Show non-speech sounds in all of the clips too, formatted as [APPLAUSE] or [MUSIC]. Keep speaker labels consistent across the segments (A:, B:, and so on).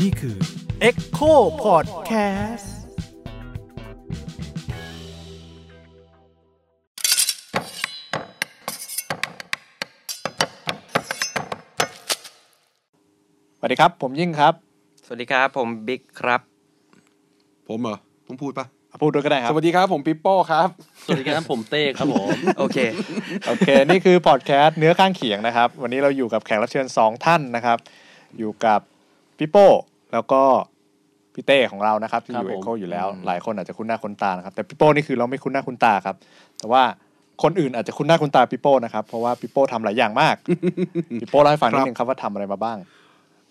A: นี่คือ
B: Echo Podcast
C: สวัสดีครับ ผมยิ่งครับ
D: สวัสดีครับ ผมบิ๊กครับ
E: ผมเหรอต้องพูดปะ
C: อ่ะพูดด้วยก็ได้ครับ
E: สวัสดีครับ ผมปิปโป้ครับ
F: สวัสดีครับผมเต้ครับผม
D: โอเค
C: โอเค นี่คือพอดแคสต์เนื้อข้างเขียงนะครับ วันนี้เราอยู่กับแขกรับเชิญ 2 ท่านนะครับ อยู่กับพี่โป้ แล้วก็พี่เต้ของเรานะครับที่อยู่
F: ครั
C: เอ
F: บผม
C: โคอยู่แล้ว หลายคนอาจจะคุ้นหน้าคุ้นตานะครับแต่พี่โป้นี่คือเราไม่คุ้นหน้าคุ้นตาครับ แต่ว่าคนอื่นอาจจะคุ้นหน้าคุ้นตาพี่โป้นะครับเพราะว่าพี่โป้ทำหลายอย่างมากพี่โป้เล่าให้ฟังนิดนึงครับว่าทำอะไรมาบ้าง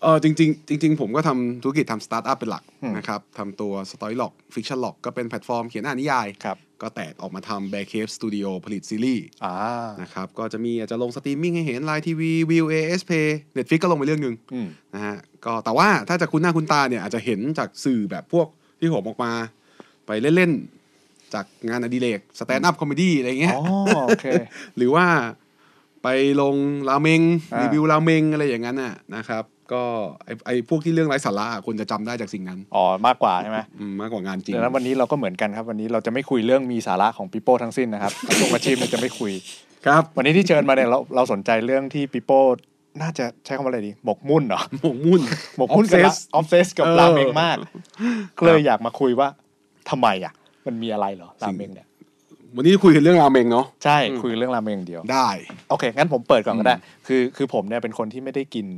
E: เออจริงๆจริง ๆ ผมก็ทำธุรกิจทำสตาร์ทอัพเป็นหลักนะครับทำตัว Story Lock Fiction Lock ก็เป็นแพลตฟอร์มเขียนอ่านนิยาย
C: ครับ
E: ก็แตกออกมาทำ Bear Cave Studio ผลิตซีรีส์
C: อ่า
E: นะครับก็จะมีอาจจะลงสตรีมมิ่งให้เห็น Line TV View AS Pay Netflix ก็ลงไปเรื่องหนึ่ง
C: อืม
E: นะฮะก็แต่ว่าถ้าจะคุ้นหน้าคุ้นตาเนี่ยอาจจะเห็นจากสื่อแบบพวกที่ผมออกมา ไปเล่นๆจากงานอดิเรกสแตนด์อัพคอมเมดี้อะไรเงี้ย
C: อ๋อโอเค
E: หรือว่าไปลงราเมง
C: อ่า
E: รีวิวราเมงอะไรอย่างนั้นน่ะนะครับ ก็ไอไอพวกที่เรื่องไร้สาระอ่ะคนจะจำได้จากสิ่งนั้น
C: อ๋อมากกว่าใช่ไหม
E: อืมมากกว่างานจริง
C: ดังนั้นวันนี้เราก็เหมือนกันครับ วันนี้เราจะไม่คุยเรื่องมีสาระของปิโป้ทั้งสิ้นนะครับ กระทรวงอาชีพเนี่ยจะไม่คุย
E: ครับ
C: วันนี้ที่เชิญมาเนี่ยเราเราสนใจเรื่องที่ปิโป้น่าจะใช้คำว่าอะไรดีหมกมุ่นเหร [LAUGHS] อ
E: หมกมุ่น
C: หมกมุ่นกับ
E: Obsessed
C: ออฟเซสกับ
E: เออ
C: ราเมงมากก็เลยอยากมาคุยว่าทำไมอ่ะ มันมีอะไรเหรอราเมงเนี่ย
E: วันนี้คุยกันเรื่องราเมงเนาะ
C: ใช่คุยเรื่องราเมงอย่างเดียว
E: ได้
C: โอเค งั้นผมเปิดก่อนก็ได้ คือคือผมเนี่ยเป็นคนที่ไม่ได้กิน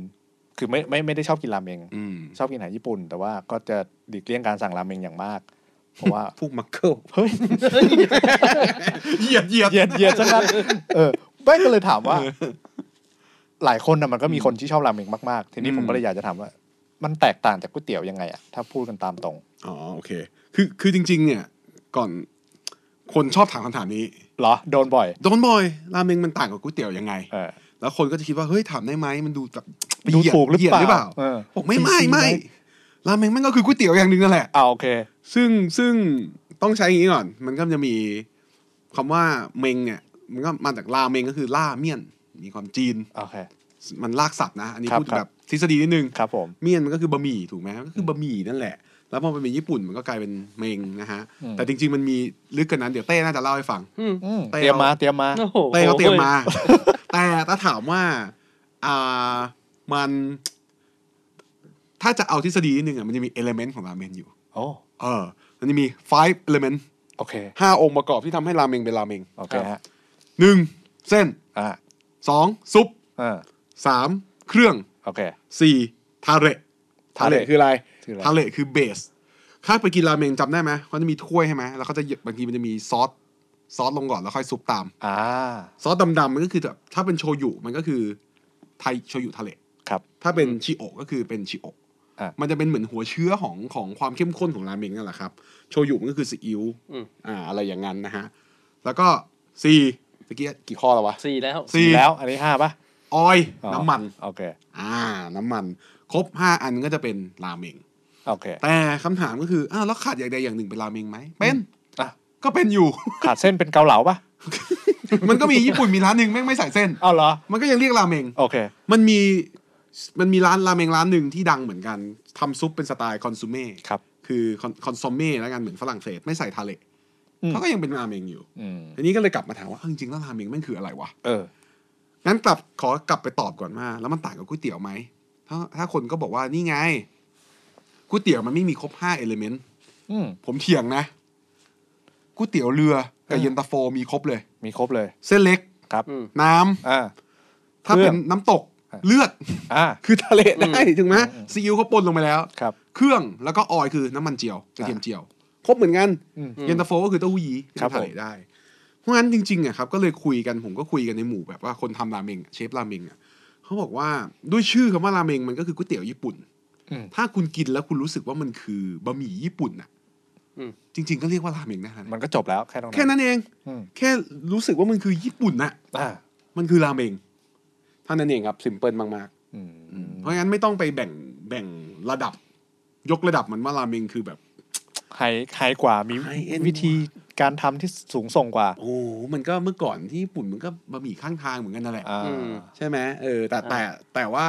C: คือไม่ไม่ไม่ได้ชอบกินราเมง
E: อืม
C: ชอบกินอาหารญี่ปุ่น แต่ว่าก็จะหลีกเลี่ยงการสั่งราเมงอย่างมากเพราะว่า
E: พวกมักเกิล
C: เฮ้ย
E: [LAUGHS] เหยียดเหยียด
C: เหยียดเหยียดซะงั้นเออไม่ก็เลยถามว่า หลายคนนะมันก็มีคนที่ชอบราเมงมากๆ ทีนี้ผมก็เลยอยากจะถามว่า มันแตกต่างจากก๋วยเตี๋ยวยังไงอะถ้าพูดกันตามตรง
E: อ๋อโอเค คือคือจริง ๆ เนี่ยก่อนคนชอบถามคำถามนี้
C: เหรอ โดนบ่อย
E: โดนบ่อยราเมงมันต่างกับก๋วยเตี๋ยวยังไง
C: เออ
E: แล้วคนก็จะคิดว่าเฮ้ยถามได้ไหมมันดูแบบ
C: ดูถูกหรือเปล่า
E: ยียด
C: เออ
E: บอกไม่ไม่
C: จริงๆ
E: ไม่
C: ไหม
E: ราเมงมันก็คือก๋วยเตี๋ยวอย่างหนึ่งนั่นแหละ
C: อ่าโอเค
E: ซึ่งซึ่งต้องใช้อย่างนี้ก่อน มันก็จะมีคำว่าเมงเนี่ย มันก็มาจากลาเมงก็คือล่าเมี่ยน มีความจีน
C: โอเค
E: มันลากศัพท์นะ อันนี้
C: ครับ
E: พูด
C: ครับ
E: แบบทฤษฎีนิดนึง
C: ครับผม
E: เมี่ยนมันก็คือบะหมี่ถูกไหมก็คือบะหมี่นั่นแหละ แล้วพอมันเป็นญี่ปุ่นมันก็กลายเป็นเมงนะฮะ แต่จริง ๆ มันมีลึกกว่านั้นเดี๋ยวเต้น่าจะเล่าให้ฟัง
C: อืม
E: เต้
C: เตรียมมา
E: เอา
C: เตรียมมา
F: โอ้โห
E: เต้เขาเตรียมมา [LAUGHS] แต่ถ้าถามว่าอ่ามัน ถ้าจะเอาทฤษฎีนิดนึงอ่ะมันจะมีเอลเมนต์ของราเมนอยู่
C: โอ้
E: เออ มันจะมี five element
C: โอเค
E: ห้าองค์ประกอบที่ทำให้ราเมงเป็นราเมง
C: โอเคฮะ
E: หนึ่งเส้น
C: อ่า
E: สองซุป
C: เออ
E: สามเครื่อง
C: โอเค
E: สี่ทาเระ
C: ทาเระ
E: คืออะไร
C: คืออะไร
E: ทาเระคือเบสถ้าไปกินราเมงจำได้ไหมเขาจะมีถ้วยใช่ไหมแล้วเขาจะบางทีมันจะมีซอสซอสลงก่อนแล้วค่อยซุปตาม
C: อ่า
E: ซอสดำๆมันก็คือแบบถ้าเป็นโชยุมันก็คือไทยโชยุทะเล
C: ครับ
E: ถ้าเป็นชิโอะก็คือเป็นชิโอะ
C: อ่ะ
E: มันจะเป็นเหมือนหัวเชื้อของของความเข้มข้นของราเมงนั่นแหละครับ โชยุมันก็คือซีอิ๊วอ่า อะไรอย่างนั้นนะฮะ แล้วก็ซีเมื่อกี้กี่ข้อแล้ววะ
F: สี่แล้ว
E: ซี
C: แล้วอันนี้ห้าป่ะ
E: ออยล์
C: อ๋อ
E: น้ำมัน
C: โอเค
E: อ่า น้ำมัน ครบห้าอันก็จะเป็นราเมง
C: โอเค
E: แต่คำถามก็คืออ้าวแล้วขาดอย่างใดอย่างหนึ่งเป็นราเมงไหมเป็น
C: อ่ะ
E: ก็เป็นอยู่ [LAUGHS]
C: ขาดเส้นเป็นเกาเหลาป่ะ
E: มันก็มีญี่ปุ่นมีร้านหนึ่งแม่งไม่ใส่เส้น
C: เอาเหรอ
E: มันก็ยังเรียกราเมง
C: โอเค
E: มันมีมันมีร้านราเมงร้านหนึ่งที่ดังเหมือนกันทำซุปเป็นสไตล์คอนซูเม่
C: ครับ
E: คือคอนซูเม่แล้วกันเหมือนฝรั่งเศสไม่ใส่ทาเละ
C: อืม
E: เขาก็ยังเป็นราเมงอยู่
C: อืม
E: ทีนี้ก็เลยกลับมาถามว่าเอ้าจริงๆแล้วราเมงแมันคืออะไรวะ
C: เออ
E: งั้นกลับขอกลับไปตอบก่อนว่าแล้วมันต่างกับก๋วยเตี๋ยวไหมถ้าถ้าคนก็บอกว่านี่ไงก๋วยเตี๋ยวมันไม่มีครบห้าเอลิเมนต์
C: อืม
E: ผมเถียงนะก๋วยเตี๋ยวเรือกับเย็นตาโฟมีครบเลย
C: มีครบเลย
E: เส้นเล็ก
C: ครับ
F: อืม
E: น้ำ
C: อ่า
E: ถ้า
C: เครื่
E: เป็
C: อนง
E: น้ำตก
C: อ่ะ
E: เลือด
C: อ่า
E: คือทะเลได้ถูกไหมซีอิ๊วเขาปนลงไปแล้ว
C: ครับ
E: เครื่องแล้วก็ออยคือน้ำมันเจียวกระเทียมเจียว ครบเหมือนกัน
C: อืม
E: เย็นตาโฟก็คือเต้าหู้ยี้ที่
C: ครับ
E: ทำทะเล
C: ผม
E: ได้ เพราะงั้นจริงๆอ่ะครับก็เลยคุยกันผมก็คุยกันในหมู่แบบว่าคนทำราเมงอะเชฟราเมงอ่ะเขาบอกว่าด้วยชื่อคำว่าราเมงมันก็คือก๋วยเตี๋ยวญี่ปุ่น
C: อืม
E: ถ้าคุณกินแล้วคุณรู้สึกว่ามันคือบะหมี่ญี่ปุ่นอ่ะ
F: อืม
E: จริง ๆ ก็เรียกว่าราเมงนะ
C: มันก็จบแล้วแค่ตรงนั้น
E: แค่นั้นเอง
C: อืม
E: แค่รู้สึกว่ามันคือญี่ปุ่นน่ะ
C: อ่า
E: มันคือราเมงเท่านั้นเองครับสิมเพิลมากๆ
C: อืม
E: เพราะงั้นไม่ต้องไปแบ่งแบ่งระดับ ยกระดับมันว่าราเมงคือแบบ
C: ไฮไฮกว่ามี
E: High end
C: วิธี การทำที่สูงส่งกว่า
E: โอ้มันก็เมื่อก่อนที่ญี่ปุ่นมันก็บะหมี่ข้างทางเหมือนกันนั่นแหละ
C: อ่า
F: อืม
E: ใช่ไหมเออแต่แต่แต่ว่า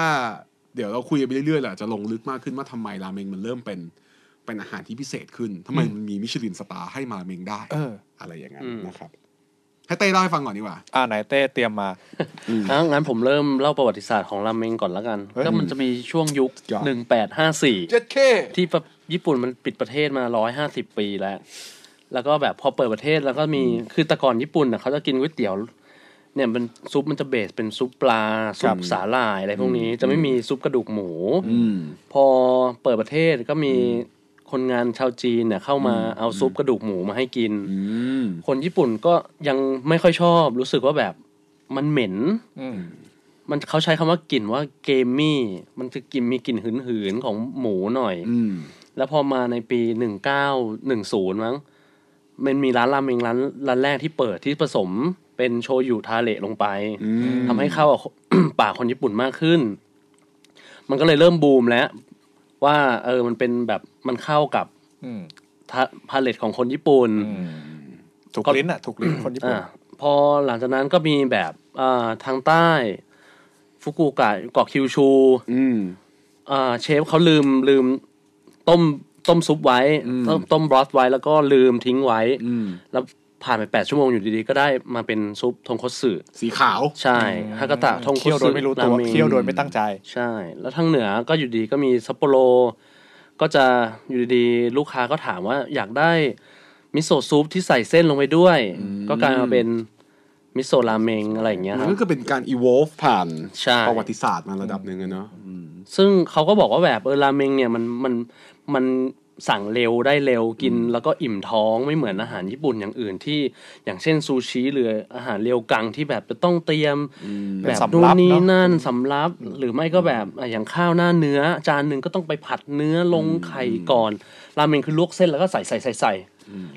E: เดี๋ยวเราคุยไปเรื่อยๆแหละจะลงลึกมากขึ้นว่าทำไมราเมงมันเริ่มเป็นเป็นอาหารที่พิเศษขึ้นทำไมมันมีมิชลินสตาร์ให้มาราเมงได้
C: เออ
E: อะไรอย่างนั้น
F: อืม
E: นะครับ ให้เต้เล่าให้ฟังก่อนดีกว่า
C: อ่าไหนเต้เตรียมมา
F: อ่ะงั้นผมเริ่มเล่าประวัติศาสตร์ของราเมงก่อนละกัน
C: เฮ้ย
F: ก็มันจะมีช่วงยุค
E: จ้ะ
F: 1854
E: เจ็ดเค
F: ที่ประญี่ปุ่นมันปิดประเทศมา 150 ปีแล้ว แล้วก็แบบพอเปิดประเทศแล้วก็มี คือแต่ก่อนญี่ปุ่นน่ะเขาจะกินก๋วยเตี๋ยว เนี่ยมันซุปมันจะเบสเป็นซุปปลา ซุปสาหร่ายอะไรพวกนี้ จะไม่มีซุปกระดูกหมู
E: อืม
F: พอเปิดประเทศก็มีคนงานชาวจีนเนี่ยเข้ามาเอาซุปกระดูกหมูมาให้กิน
E: อืม
F: คนญี่ปุ่นก็ยังไม่ค่อยชอบรู้สึกว่าแบบมันเหม็น
C: อืม
F: มันเขาใช้คำว่ากลิ่นว่าเกมมี่ มันคือกลิ่นมีกลิ่นหืนหืนๆของหมูหน่อย
E: อืม
F: แล้วพอมาในปีหนึ่งเก้าหนึ่งศูนย์มั้งมันมีร้านรามเมงร้านร้านแรกที่เปิดที่ผสมเป็นโชยุทาเละลงไป
E: อืม
F: ทำให้เข้ากับ [COUGHS] ปากคนญี่ปุ่นมากขึ้น มันก็เลยเริ่มบูมแล้ว ว่า เออมันเป็นแบบมันเข้ากับ
C: อืม
F: ทาพาเลตของคนญี่ปุ่น
C: อืมถูกลิ้นอ่ะ ถูกลิ้นคนญี่ปุ่น
F: อ่าพอหลังจากนั้นก็มีแบบอ่าทางใต้ ฟุกุโอกะเกาะคิวชู
E: อืม
F: อ่าเชฟเขาลืมลืมต้มต้มซุปไว้ ต้มต้มบรอสไว้แล้วก็ลืมทิ้งไว้
E: อืม
F: แล้วผ่านไปแปดชั่วโมงอยู่ดีๆ ก็ได้มาเป็นซุปทงคตสึ
E: สีขาว
F: ใช่ฮากาตะทงคตสึ
C: เคี่ยวโดยไม่รู้ตัว
F: าเง
C: เคี่ยวโดยไม่ตั้งใจ
F: ใช่ แล้วทางเหนือก็อยู่ดีก็มีซัปโปโร ก็จะอยู่ดีๆลูกค้าก็ถามว่าอยากได้มิโซะซุปที่ใส่เส้นลงไปด้วย ก็กลายมาเป็นมิโซะราเมงอะไรอย่างเงี้ยค
E: มั
F: รั
E: น
F: บ
E: ก็คือเป็นการ evolve ผ่าน
F: ใช่
E: ประวัติศาสตร์มาระดับหนึ่งอะเนาะอืม
F: ซึ่งเขาก็บอกว่าแบบเออราเมงเนี่ยมันมันมันสั่งเร็วได้เร็วกิน แล้วก็อิ่มท้องไม่เหมือนอาหารญี่ปุ่นอย่างอื่นที่อย่างเช่นซูชิหรืออาหารเร็วกังที่แบบจะต้องเตรียมแบบ
C: เป็นสำรับ
F: นู่นนี่
C: เนอะ
F: นั่นสำรับหรือไม่ก็แบบอ่ะอย่างข้าวหน้าเนื้อ จานหนึ่งก็ต้องไปผัดเนื้อลงไข่ก่อนราเมงคือลวกเส้นแล้วก็ใส่ใส่ใส่ใส่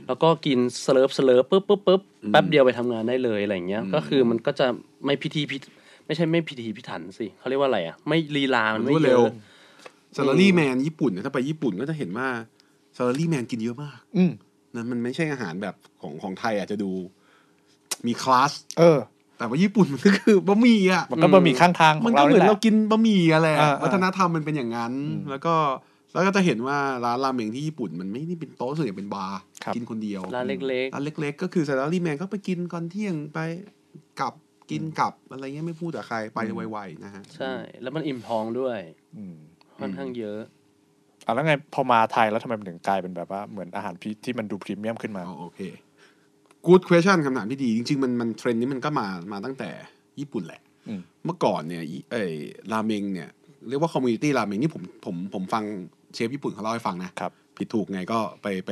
F: แล้วก็กินเสิร์ฟเสิร์ฟปุ๊บปุ๊บปุ๊บแป๊บเดียวไปทำงานได้เลยอะไรอย่างเงี้ยก็คือมันก็จะไม่พิธีพิธไม่ใช่ไม่พิธีพิถันสิเขาเรียกว่าอะไรอ่ะไม่ลีลา มันไม่
E: รวด
F: เย
E: เร็ว
F: อะ
E: ซาลารี่แมนญี่ปุ่นเนี่ยถ้าไปญี่ปุ่นก็จะเห็นว่าซาลารี่แมนกินเยอะมาก
C: อืม
E: นะมันไม่ใช่อาหารแบบของของไทยอาจจะดู มีคลาส
C: เออ
E: แต่ว่าญี่ปุ่นมันก็คือบะหมี่อ่ะ
C: มันก็บะหมี่ข้างทางข
E: มั
C: อนง
E: ก็
C: เรา
E: เหมื
C: เนี่
E: อน
C: ยแห
E: เรา
C: ละ
E: กินบะหมี่อะไร
C: อ่าๆ
E: วัฒนธรรมมันเป็นอย่างนั้น
C: อืม
E: แล้วก็แล้วก็จะเห็นว่าร้านราเมงที่ญี่ปุ่นมันไม่ได้เป็นโต๊ะส่วนใหญ่เป็นบาร์
C: ครับ
E: กินคนเดียว
F: ร้านเล็ก
E: ร้านเล็ก ๆ ก็คือซาลารี่แมนก็ไปกินก่อนเที่ยงไปกลับกินกลับอะไรเงี้ยไม่พูดกับใครไปไวๆนะฮะ
F: ๆ ใช่ แล้วมันอิ่มท้องด้วย
C: อืม
F: ค่อนข้างเยอะ
C: อ่ะแล้วไงพอมาไทยแล้วทำไมมันถึงกลายเป็นแบบว่าเหมือนอาหารพที่มันดูพรีเมียมขึ้นมา
E: อ๋อโอเค good question คำถามที่ดี จริง ๆ มันมันเทรนด์นี้มันก็มามาตั้งแต่ญี่ปุ่นแหละ
C: อืม
E: เมื่อก่อนเนี่ยอีเออราเมงเนี่ยเรียกว่าคอมมูนิตี้ราเมงนี่ผมผมผมฟังเชฟญี่ปุ่นเขาเล่าให้ฟังนะครับ ผิดถูกไงก็ไปไป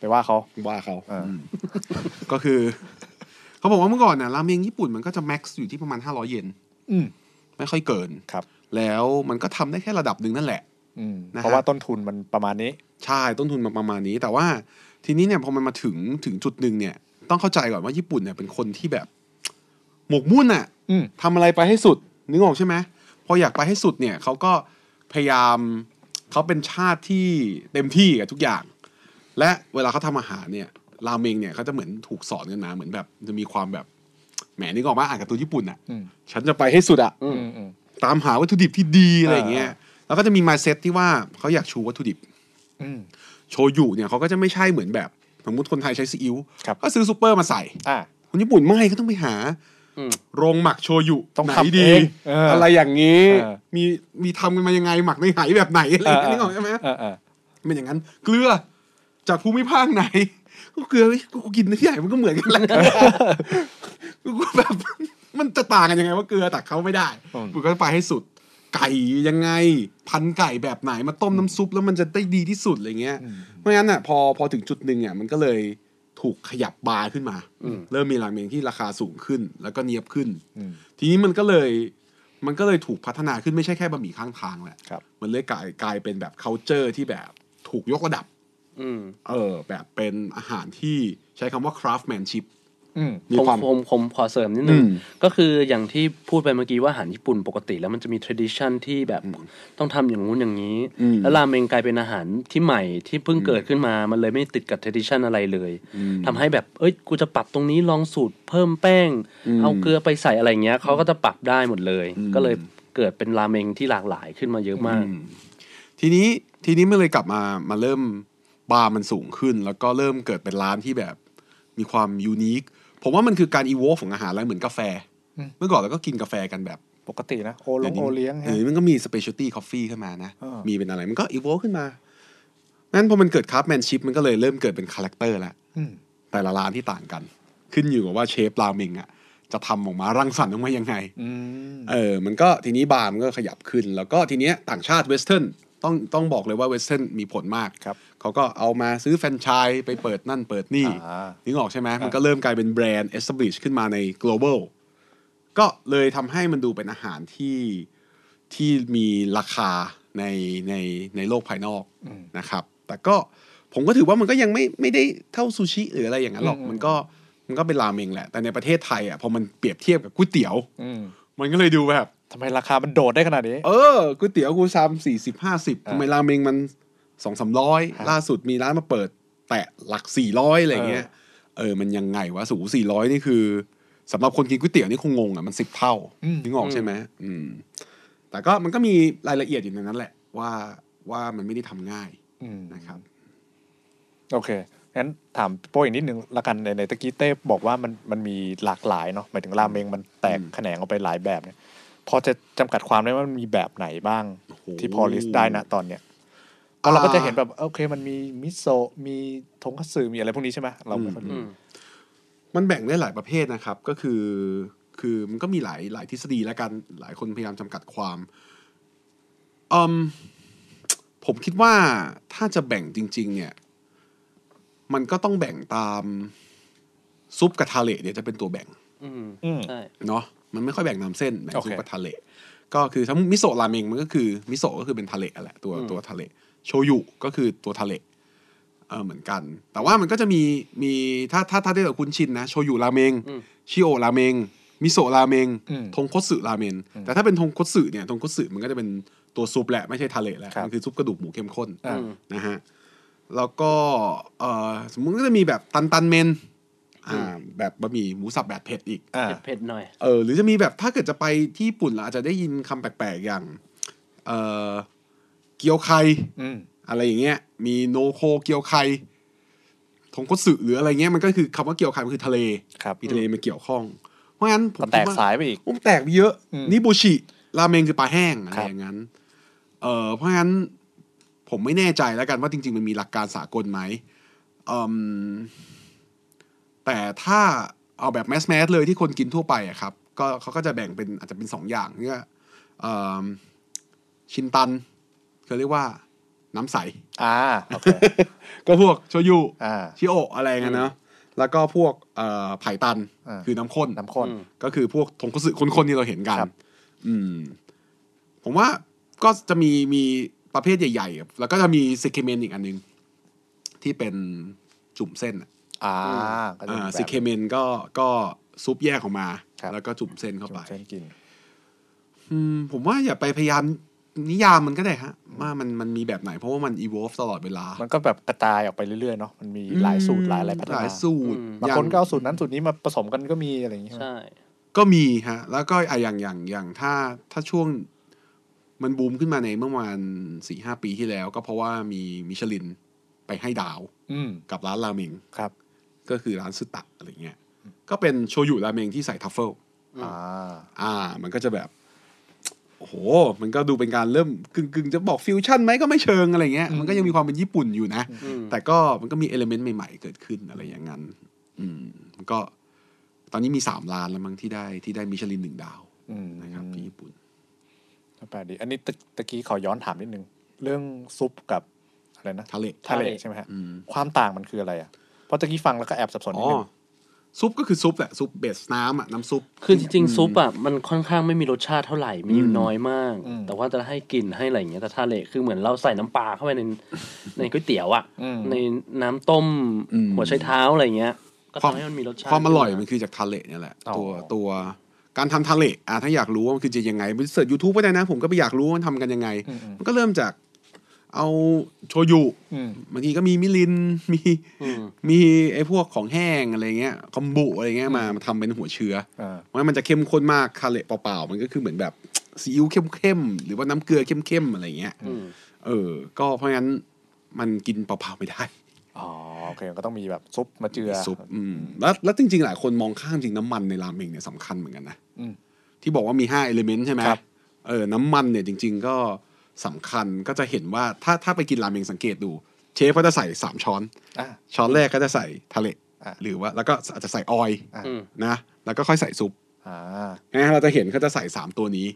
C: ไปว่าเขา
E: ว่าเขา
C: อ่า
E: อืม [LAUGHS] ก็คือ เขาบอกว่าเมื่อก่อนน่ะราเมงญี่ปุ่นมันก็จะแม็กซ์อยู่ที่ประมาณ 500 เยน
C: อืม
E: ไม่ค่อยเกิน
C: ครับ
E: แล้วมันก็ทำได้แค่ระดับหนึ่งนั่นแหละ
C: อืม
E: นะฮะ
C: เพราะว่าต้นทุนมันประมาณนี้
E: ใช่ต้นทุนมันประมาณนี้ แต่ว่าทีนี้เนี่ยพอมันมาถึงถึงจุดหนึ่งเนี่ย ต้องเข้าใจก่อนว่าญี่ปุ่นเนี่ยเป็นคนที่แบบ หมกมุ่นอะ
C: อืม
E: ทำอะไรไปให้สุด นึกออกใช่ไหมพออยากไปให้สุดเนี่ยเขาก็พยายามเขาเป็นชาติที่เต็มที่กับทุกอย่าง และเวลาเขาทำอาหารเนี่ยราเมงเนี่ยเขาจะเหมือนถูกสอนกันมาเหมือนแบบจะมีความแบบแหมนึกออกมาอ่านการ์ตูนญี่ปุ่นอะ
C: อืม
E: ฉันจะไปให้สุดอะ
C: อืมอืม
E: ตามหาวัตถุดิบที่ดีอะไรอย่างเงี้ย
C: อ่า
E: แล้วก็จะมีมาเซตที่ว่าเขาอยากชูวัตถุดิบ
C: อืม
E: โชยุเนี่ยเขาก็จะไม่ใช่เหมือนแบบสมมติคนไทยใช้ซีอิ๊ว
C: ครับ
E: ก็ซื้อซูเปอร์มาใส่
C: อ่ะ
E: คนญี่ปุ่นไม่ก็ต้องไปหา
F: อืม
E: โรงหมักโชยุ
C: ต้อง
E: ไหน
C: ทำ
E: ดี
C: เองเอออ
E: อะไรอย่างนี้
C: เออ
E: มีมีทำกันมายังไงหมักในไหแบบไหนอะไรอย่างเงี้ยนึกออกใช่ไหม
C: เออเออ
E: เป็นอย่างนั้น เกลือจากภูมิภาคไหนก็เกลือกูกินที่ไหนมันก็เหมือนกันแหละกูแบบมันจะต่างกันยังไงว่าเกลือแต่เขาไม่ได้
C: อืม
E: กูก็ไปให้สุด ไก่ยังไง พันไก่แบบไหนมาต้มน้ำซุปแล้วมันจะได้ดีที่สุดอะไรเงี้ย เพราะงั้นอ่ะพอพอถึงจุดหนึ่งอ่ะมันก็เลยถูกขยับบาร์ขึ้นมา เริ่มมีราเมงที่ราคาสูงขึ้น แล้วก็เนียบขึ้น
C: อืม
E: ทีนี้มันก็เลยมันก็เลยถูกพัฒนาขึ้นไม่ใช่แค่บะหมี่ข้างทางแหละ
C: ครับ
E: มันเลยกลายกลายเป็นแบบ c u เจอร์ที่แบบถูกยกระดับ
F: อืม
E: เออแบบเป็นอาหารที่ใช้คำว่า craftmanship
C: อืม
E: มี
F: ผม
E: ความ
F: ผมผมขอเสริมนิดนึง
E: อืม
F: ก็คืออย่างที่พูดไปเมื่อกี้ว่าอาหารญี่ปุ่นปกติแล้วมันจะมี tradition ที่แบบต้องทำอย่างงู้นอย่างนี้
E: อืม
F: แล้วราเมงกลายเป็นอาหารที่ใหม่ที่เพิ่งเกิดขึ้นมา มันเลยไม่ติดกับ tradition อะไรเลยทำให้แบบเอ้ยกูจะปรับตรงนี้ลองสูตรเพิ่มแป้ง
E: อืม
F: เอาเกลือไปใส่อะไรเงี้ยเขาก็จะปรับได้หมดเลย ก็เลยเกิดเป็นราเมงที่หลากหลายขึ้นมาเยอะมาก
E: ทีนี้ทีนี้มันเลยกลับมามาเริ่มบาร์มันสูงขึ้น แล้วก็เริ่มเกิดเป็นร้านที่แบบมีความยูนิคผมว่ามันคือการอีว v ของอาหารแล้วเหมือนกาแฟ
C: อืม
E: เมื่อก่อนเราก็กินกาแฟกันแบบ
C: ปกตินะโอลงโอเลี้ยง
E: ห
C: ฮะ
E: รือมันก็มีสเปเชียลตี้คอฟฟี่ขึ้นมานะ
C: อ่ามี
E: มีเป็นอะไรมันก็อีว v ขึ้นมางั้นพอมันเกิดคราฟแมนชิพมันก็เลยเริ่มเกิดเป็นคาแรคเตอร์ละ
C: อืม
E: แต่ละร้านที่ต่างกัน ขึ้นอยู่กับว่าเชฟราเมงอ่ะ จะทำออกมารังสรรค์ออกมายังไง
C: อืม
E: เออ มันก็ทีนี้บาร์มันก็ขยับขึ้น แล้วก็ทีเนี้ยต่างชาติเวสเทิร์นต้องต้องบอกเลยว่าเวสเทิร์นมีผลมาก
C: ครับ
E: เขาก็เอามาซื้อแฟรนไชส์ไปเปิดนั่นเปิดนี่
C: อ่า
E: นึกออกใช่ไหมมันก็เริ่มกลายเป็นแบรนด์ establish ขึ้นมาใน global ก็เลยทำให้มันดูเป็นอาหารที่ที่มีราคาในในในโลกภายนอก
C: อืม
E: นะครับ แต่ก็ผมก็ถือว่ามันก็ยังไม่ไม่ได้เท่าซูชิหรืออะไรอย่างนั้นหรอก มันก็มันก็เป็นราเมงแหละ แต่ในประเทศไทยอ่ะพอมันเปรียบเทียบกับก๋วยเตี๋ยว
C: อืม
E: มันก็เลยดูแบบ
C: ทำไมราคามันโดดได้ขนาดนี้
E: เออก๋วยเตี๋ยวกูชามสี่สิบห้าสิบ
C: อ่า
E: ทำไมราเมงมันสองสามร้อย
C: ครับ
E: ล่าสุดมีร้านมาเปิด แตะหลักสี่ร้อยอะไรเงี้ย เออ มันยังไงวะสูสี่ร้อยนี่คือสำหรับคนกินก๋วยเตี๋ยวนี่คงงงอ่ะมันสิบเท่า
C: อืม
E: นึกออกใช่ไหมอืม แต่ก็มันก็มีรายละเอียดอยู่ในนั้นแหละ ว่าว่ามันไม่ได้ทำง่าย
C: อืม
E: นะครับ
C: โอเคงั้นถามพี่โป้อีกนิดนึงละกันในในตะกี้เต้บอกว่ามันมันมีหลากหลายเนาะหมายถึงราเมงมันแตกแขนงออกไปหลายแบบเนี่ย พอจะจำกัดความได้ว่ามันมีแบบไหนบ้าง
E: โอ้โห
C: ที่พอลิสต์ได้นะตอนเนี้ยเพราะเราก็จะเห็น
E: อ่
C: แบบโอเค มันมีมิโซะมีทงคัตสึมีอะไรพวกนี้ใช่ไหมเราไม่ค่อยรู้
F: อืม
E: มันแบ่งได้หลายประเภทนะครับ ก็คือ คือมันก็มีหลายหลายทฤษฎีแล้วกันหลายคนพยายามจำกัดความอืมผมคิดว่าถ้าจะแบ่งจริง ๆ เนี่ย มันก็ต้องแบ่งตามซุปกระทาเละเนี่ยจะเป็นตัวแบ่ง
F: อืม
C: อืม
F: ใช่
E: เนาะมันไม่ค่อยแบ่งตามเส้นแบ่งซุป
C: โอเค
E: กับทะเลก็คือทั้งมิโซะราเมงมันก็คือมิโซะก็คือเป็นทะเลอะแหละตัวตัวทะเลโชยุก็คือตัวทะเลเออเหมือนกัน แต่ว่ามันก็จะมีมีถ้าถ้าถ้าได้กับคุณชินนะโชยุราเมง
F: อืม
E: ชิโอะราเมงมิโซะราเมง
C: อืม
E: ทงคตสึราเมน แต่ถ้าเป็นทงคตสึเนี่ยทงคตสึมันก็จะเป็นตัวซุปแหละไม่ใช่ทะเลแล้ว
C: ครับ
E: มัคือซุปกระดูกหมูเข้มข้น
C: อ่า
E: นะฮะแล้วก็เออสมมุติก็จะมีแบบตันตันเมนอ่าแบบบะหมี่หมูสับแบบเผ็ดอีก
C: อ่า
F: เผ็ดๆหน่อย
E: เออหรือจะมีแบบถ้าเกิดจะไปที่ญี่ปุ่นเราอาจจะได้ยินคำแปลกๆอย่างเออเกียวไค
C: อืม
E: อะไรอย่างเงี้ยมีโนโคเกียวไคทงคตสึหรืออะไรเงี้ยมันก็คือคำว่าเกียวไคมันคือทะเล
C: ครับ
E: มีทะเลมาเกี่ยวข้อง เพราะงั้นผม
C: ก็แตก
E: คิดว่
C: สายไปอีก
E: โอ้มันแตกไปเยอะ
C: อืม
E: นิบูชิราเมงคือปลาแห้งอะไร
C: ครับ
E: อย่างนั้นเออเพราะงั้นผมไม่แน่ใจแล้วกันว่าจริง ๆ มันมีหลักการสากลไหมอืม แต่ถ้าเอาแบบแมสแมสเลยที่คนกินทั่วไปอะครับก็เขาก็จะแบ่งเป็นอาจจะเป็นสองอย่างเนี่ยเอิ่มชินตันเขาเรียกว่าน้ำใส
C: อ่าโอเค
E: ก็พวกโชยุ
C: อ่า
E: ชิโอะอะไรเงี้ยเนาะแล้วก็พวกเอ่อไผ่ตัน
C: อ่า
E: คือน้ำข้น
C: น้ำข้น
F: อืม
E: ก็คือพวกทงคุสึคนๆที่เราเห็นกัน
C: ครับ
E: อืม ผมว่าก็จะมีมีประเภทใหญ่ๆอะแล้วก็จะมีซิเคเมนอีกอันหนึง ที่เป็นจุ่มเส้นอะ
C: อ่าก็จะมี
E: อ่า
C: แบบ
E: ซิเคเมนก็ก็ซุปแยกออกมา
C: ครับ
E: แล้วก็จุ่มเส้นเข้า
C: จุ่
E: ไป
C: มเส้นกิน
E: อืมผมว่าอย่าไปพยายามนิยามมันก็ได้ฮะ ว่ามันมันมีแบบไหน เพราะว่ามัน evolve ตลอดเวลา
C: มันก็แบบกระจายออกไปเรื่อยๆเนาะมันมีหลายสูตรหลายอะไรพัฒ
E: ห
C: นา
E: ลายสูตร
F: อืม
C: บาง
E: อย่
C: คนก็เอาสูตรนั้นสูตรนี้มาผสมกันก็มีอะไรอย่างเงี้ย
F: ใช่
E: ก็มีฮะ แล้วก็อ่ะอย่างอย่างอย่างถ้าถ้าช่วงมันบูมขึ้นมาในเมื่อวันสี่ห้าปีที่แล้ว ก็เพราะว่ามีมิชลินไปให้ดาว
C: อืม
E: กับร้านราเมง
C: ครับ
E: ก็คือร้านสึตะอะไรเงี้ยก็เป็นโชยุราเมงที่ใส่ทัฟเฟิล
F: อืม
C: อ่า
E: อ่า มันก็จะแบบ โอ้โห มันก็ดูเป็นการเริ่มกึ่งกึ่งๆ จะบอกฟิวชั่นไหมก็ไม่เชิงอะไรเงี้ย
C: อืม
E: มันก็ยังมีความเป็นญี่ปุ่นอยู่นะ
F: อืม
E: แต่ก็มันก็มีเอลเมนต์ใหม่ๆ เกิดขึ้นอะไรอย่างนั้น อืม มันก็ ตอนนี้มีสามร้านแล้วมั้งที่ได้ที่ได้มิชลินหนึ่งดาว
C: อืม
E: นะ
C: นะ
E: ค
C: ค
E: รั
C: รั
E: บบ ที่ญี่ปุ่น
C: แปลกดีอันนี้ตะตะกี้ขอย้อนถามนิดนึง เรื่องซุปกับอะไรนะ
E: ทะเล
C: ทะเล
F: ทะเล
C: ใช่ไหมฮะ
E: อืม
C: ความต่างมันคืออะไรอ่ะเพราะตะกี้ฟังแล้วก็แอบสับสนนิ
E: อ๋
C: ด
E: อ
C: นึง
E: ซุปก็คือซุปแหละ ซุปเบสน้ำอะน้ำซุป
F: คือจริงๆซุปอ่ะมันค่อนข้างไม่มีรสชาติเท่าไหร่มีอยู่น้อยมาก แต่ว่าจะให้กลิ่นให้อะไรอย่างเงี้ยแต่ทาเละคือเหมือนเราใส่น้ำปลาเข้าไปในในก๋วยเตี๋ยวอ่ะในน้ำต้ม หัวไชเท้าอะไรเงี้ย ก็
E: ความ
F: ทำให้มันมีรสชาติ
E: ความอร่อยมันคือจากทะเลเนี่ยแหละ
C: อ๋อ
E: ตัวตัวการทำทะเลอ่ะถ้าอยากรู้ว่ามันคือจะยังไงไปเสิร์ชยูทูบก็ได้นะ ผมก็ไปอยากรู้ว่ามันทำกันยังไง มันก็เริ่มจากเอาโชยุ
C: อืม
E: บางทีก็มีมิลิน [LAUGHS] มี
F: อืม
E: มีไอ้พวกของแห้งอะไรเงี้ยคอมบุอะไรเงี้ยมามาทำเป็นหัวเชื้อ
C: อ่า
E: ว่ามันจะเข้มข้นมากคาเละเปล่าๆ มันก็คือเหมือนแบบซีอิ๊วเข้มๆ หรือว่าน้ำเกลือเข้มๆ อะไรเงี้ย
F: อืม
E: เออ ก็เพราะงั้นมันกินเปล่าๆ ไม่ได้
C: อ๋อโอเคก็ต้องมีแบบซุปมาเจือ
E: ซุปอืมแล้วแล้วจริงๆ หลายคนมองข้ามจริงน้ำมันในราเมงเนี่ยสำคัญเหมือนกันนะ
C: อืม
E: ที่บอกว่ามี5้าเอลิเมนต์ใช่ไหม
C: ครับ
E: เออ น้ำมันเนี่ยจริง ๆ ก็สำคัญก็จะเห็นว่าถ้าถ้าไปกินราเมงสังเกตดู เชฟก็จะใส่ 3 ช้อน
C: อ่ะ
E: ช้อนแรกก็จะใส่ทะเล
C: อ่ะ
E: หรือว่าแล้วก็อาจจะใส่ออยล์
C: อ่ะ
F: อืม
E: นะ แล้วก็ค่อยใส่ซุป
C: อ่า
E: นะเราจะเห็นเขาจะใส่สามตัวนี้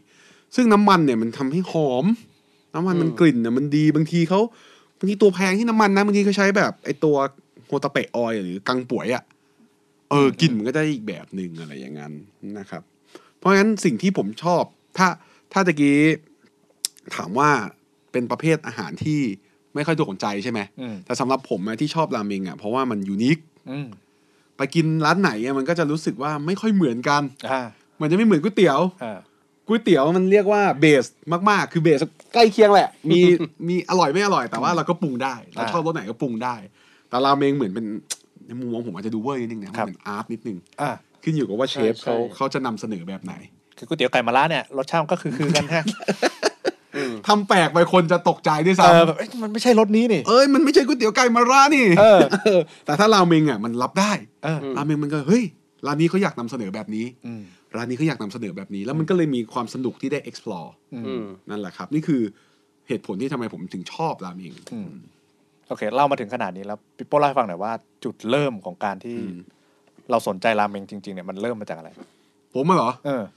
E: ซึ่งน้ำมันเนี่ยมันทำให้หอม น้ำมันมันกลิ่นเนี่ยมันดีบางทีเขาบางทีตัวแพงที่น้ำมันนะบางทีเขาใช้แบบไอตัวโฮตาเปะออยล์หรือกังป่วยอะ่ะเออกลิ่นมันก็ได้อีกแบบหนึ่งอะไรอย่างนั้นนะครับ เพราะงั้นสิ่งที่ผมชอบ ถ้าถ้าตะกี้ถามว่าเป็นประเภทอาหารที่ไม่ค่อยถูกใจใช่ไหม
C: อืม
E: แต่สำหรับผมนะที่ชอบราเมงอะ่ะเพราะว่ามันยูนิค
C: อืม
E: ไปกินร้านไหนอะมันก็จะรู้สึกว่าไม่ค่อยเหมือนกัน
C: อ่า
E: มันจะไม่เหมือนก๋วยเตี๋ยว
C: อ่า
E: ก๋วยเตี๋ยวมันเรียกว่าเบสมากๆ คือเบสใกล้เคียงแหละ มี [LAUGHS] มีอร่อยไม่อร่อยแต่ว่าเราก็ปรุงได้ เราชอบรสไหนก็ปรุงได้ แต่ราเมงเหมือนเป็นในมุมมองผมอาจจะดูเวอร์นิดนึงนะมันเหมือนอาร์ตนิดนึง
C: อ่า
E: ขึ้นอยู่กับว่าเชฟเขาเขาจะนำเสนอแบบไหน
C: คือก๋วยเตี๋ยวไก่มะระเนี่ยรสชาติมันก็คือคือกันฮะ
E: ทำแปลกไปคนจะตกใจด้วย
C: เออแบบ
E: ซ้ำ
C: เอ้ยมันไม่ใช่รสนี้นี่
E: เอ้ยมันไม่ใช่ก๋วยเตี๋ยวไก่มารานี่
C: เออ
E: เออ แต่ถ้าราเมงอ่ะมันรับได้
C: เออ
E: ราเมงมันก็เฮ้ยร้านนี้เขาอยากนำเสนอแบบนี้
C: อืม
E: ร้านนี้เขาอยากนำเสนอแบบนี้ แล้วมันก็เลยมีความสนุกที่ได้ explore
F: อืม
E: นั่นแหละครับ นี่คือเหตุผลที่ทำไมผมถึงชอบราเมง
C: อืมโอเคเล่ามาถึงขนาดนี้แล้วพี่โป้เล่าให้ฟังหน่อยว่าจุดเริ่มของการที่
E: อืม
C: เราสนใจราเมงจริงๆเนี่ยมันเริ่มมาจากอะไร
E: ผมอะเหรอ
C: เออ [SIGHS]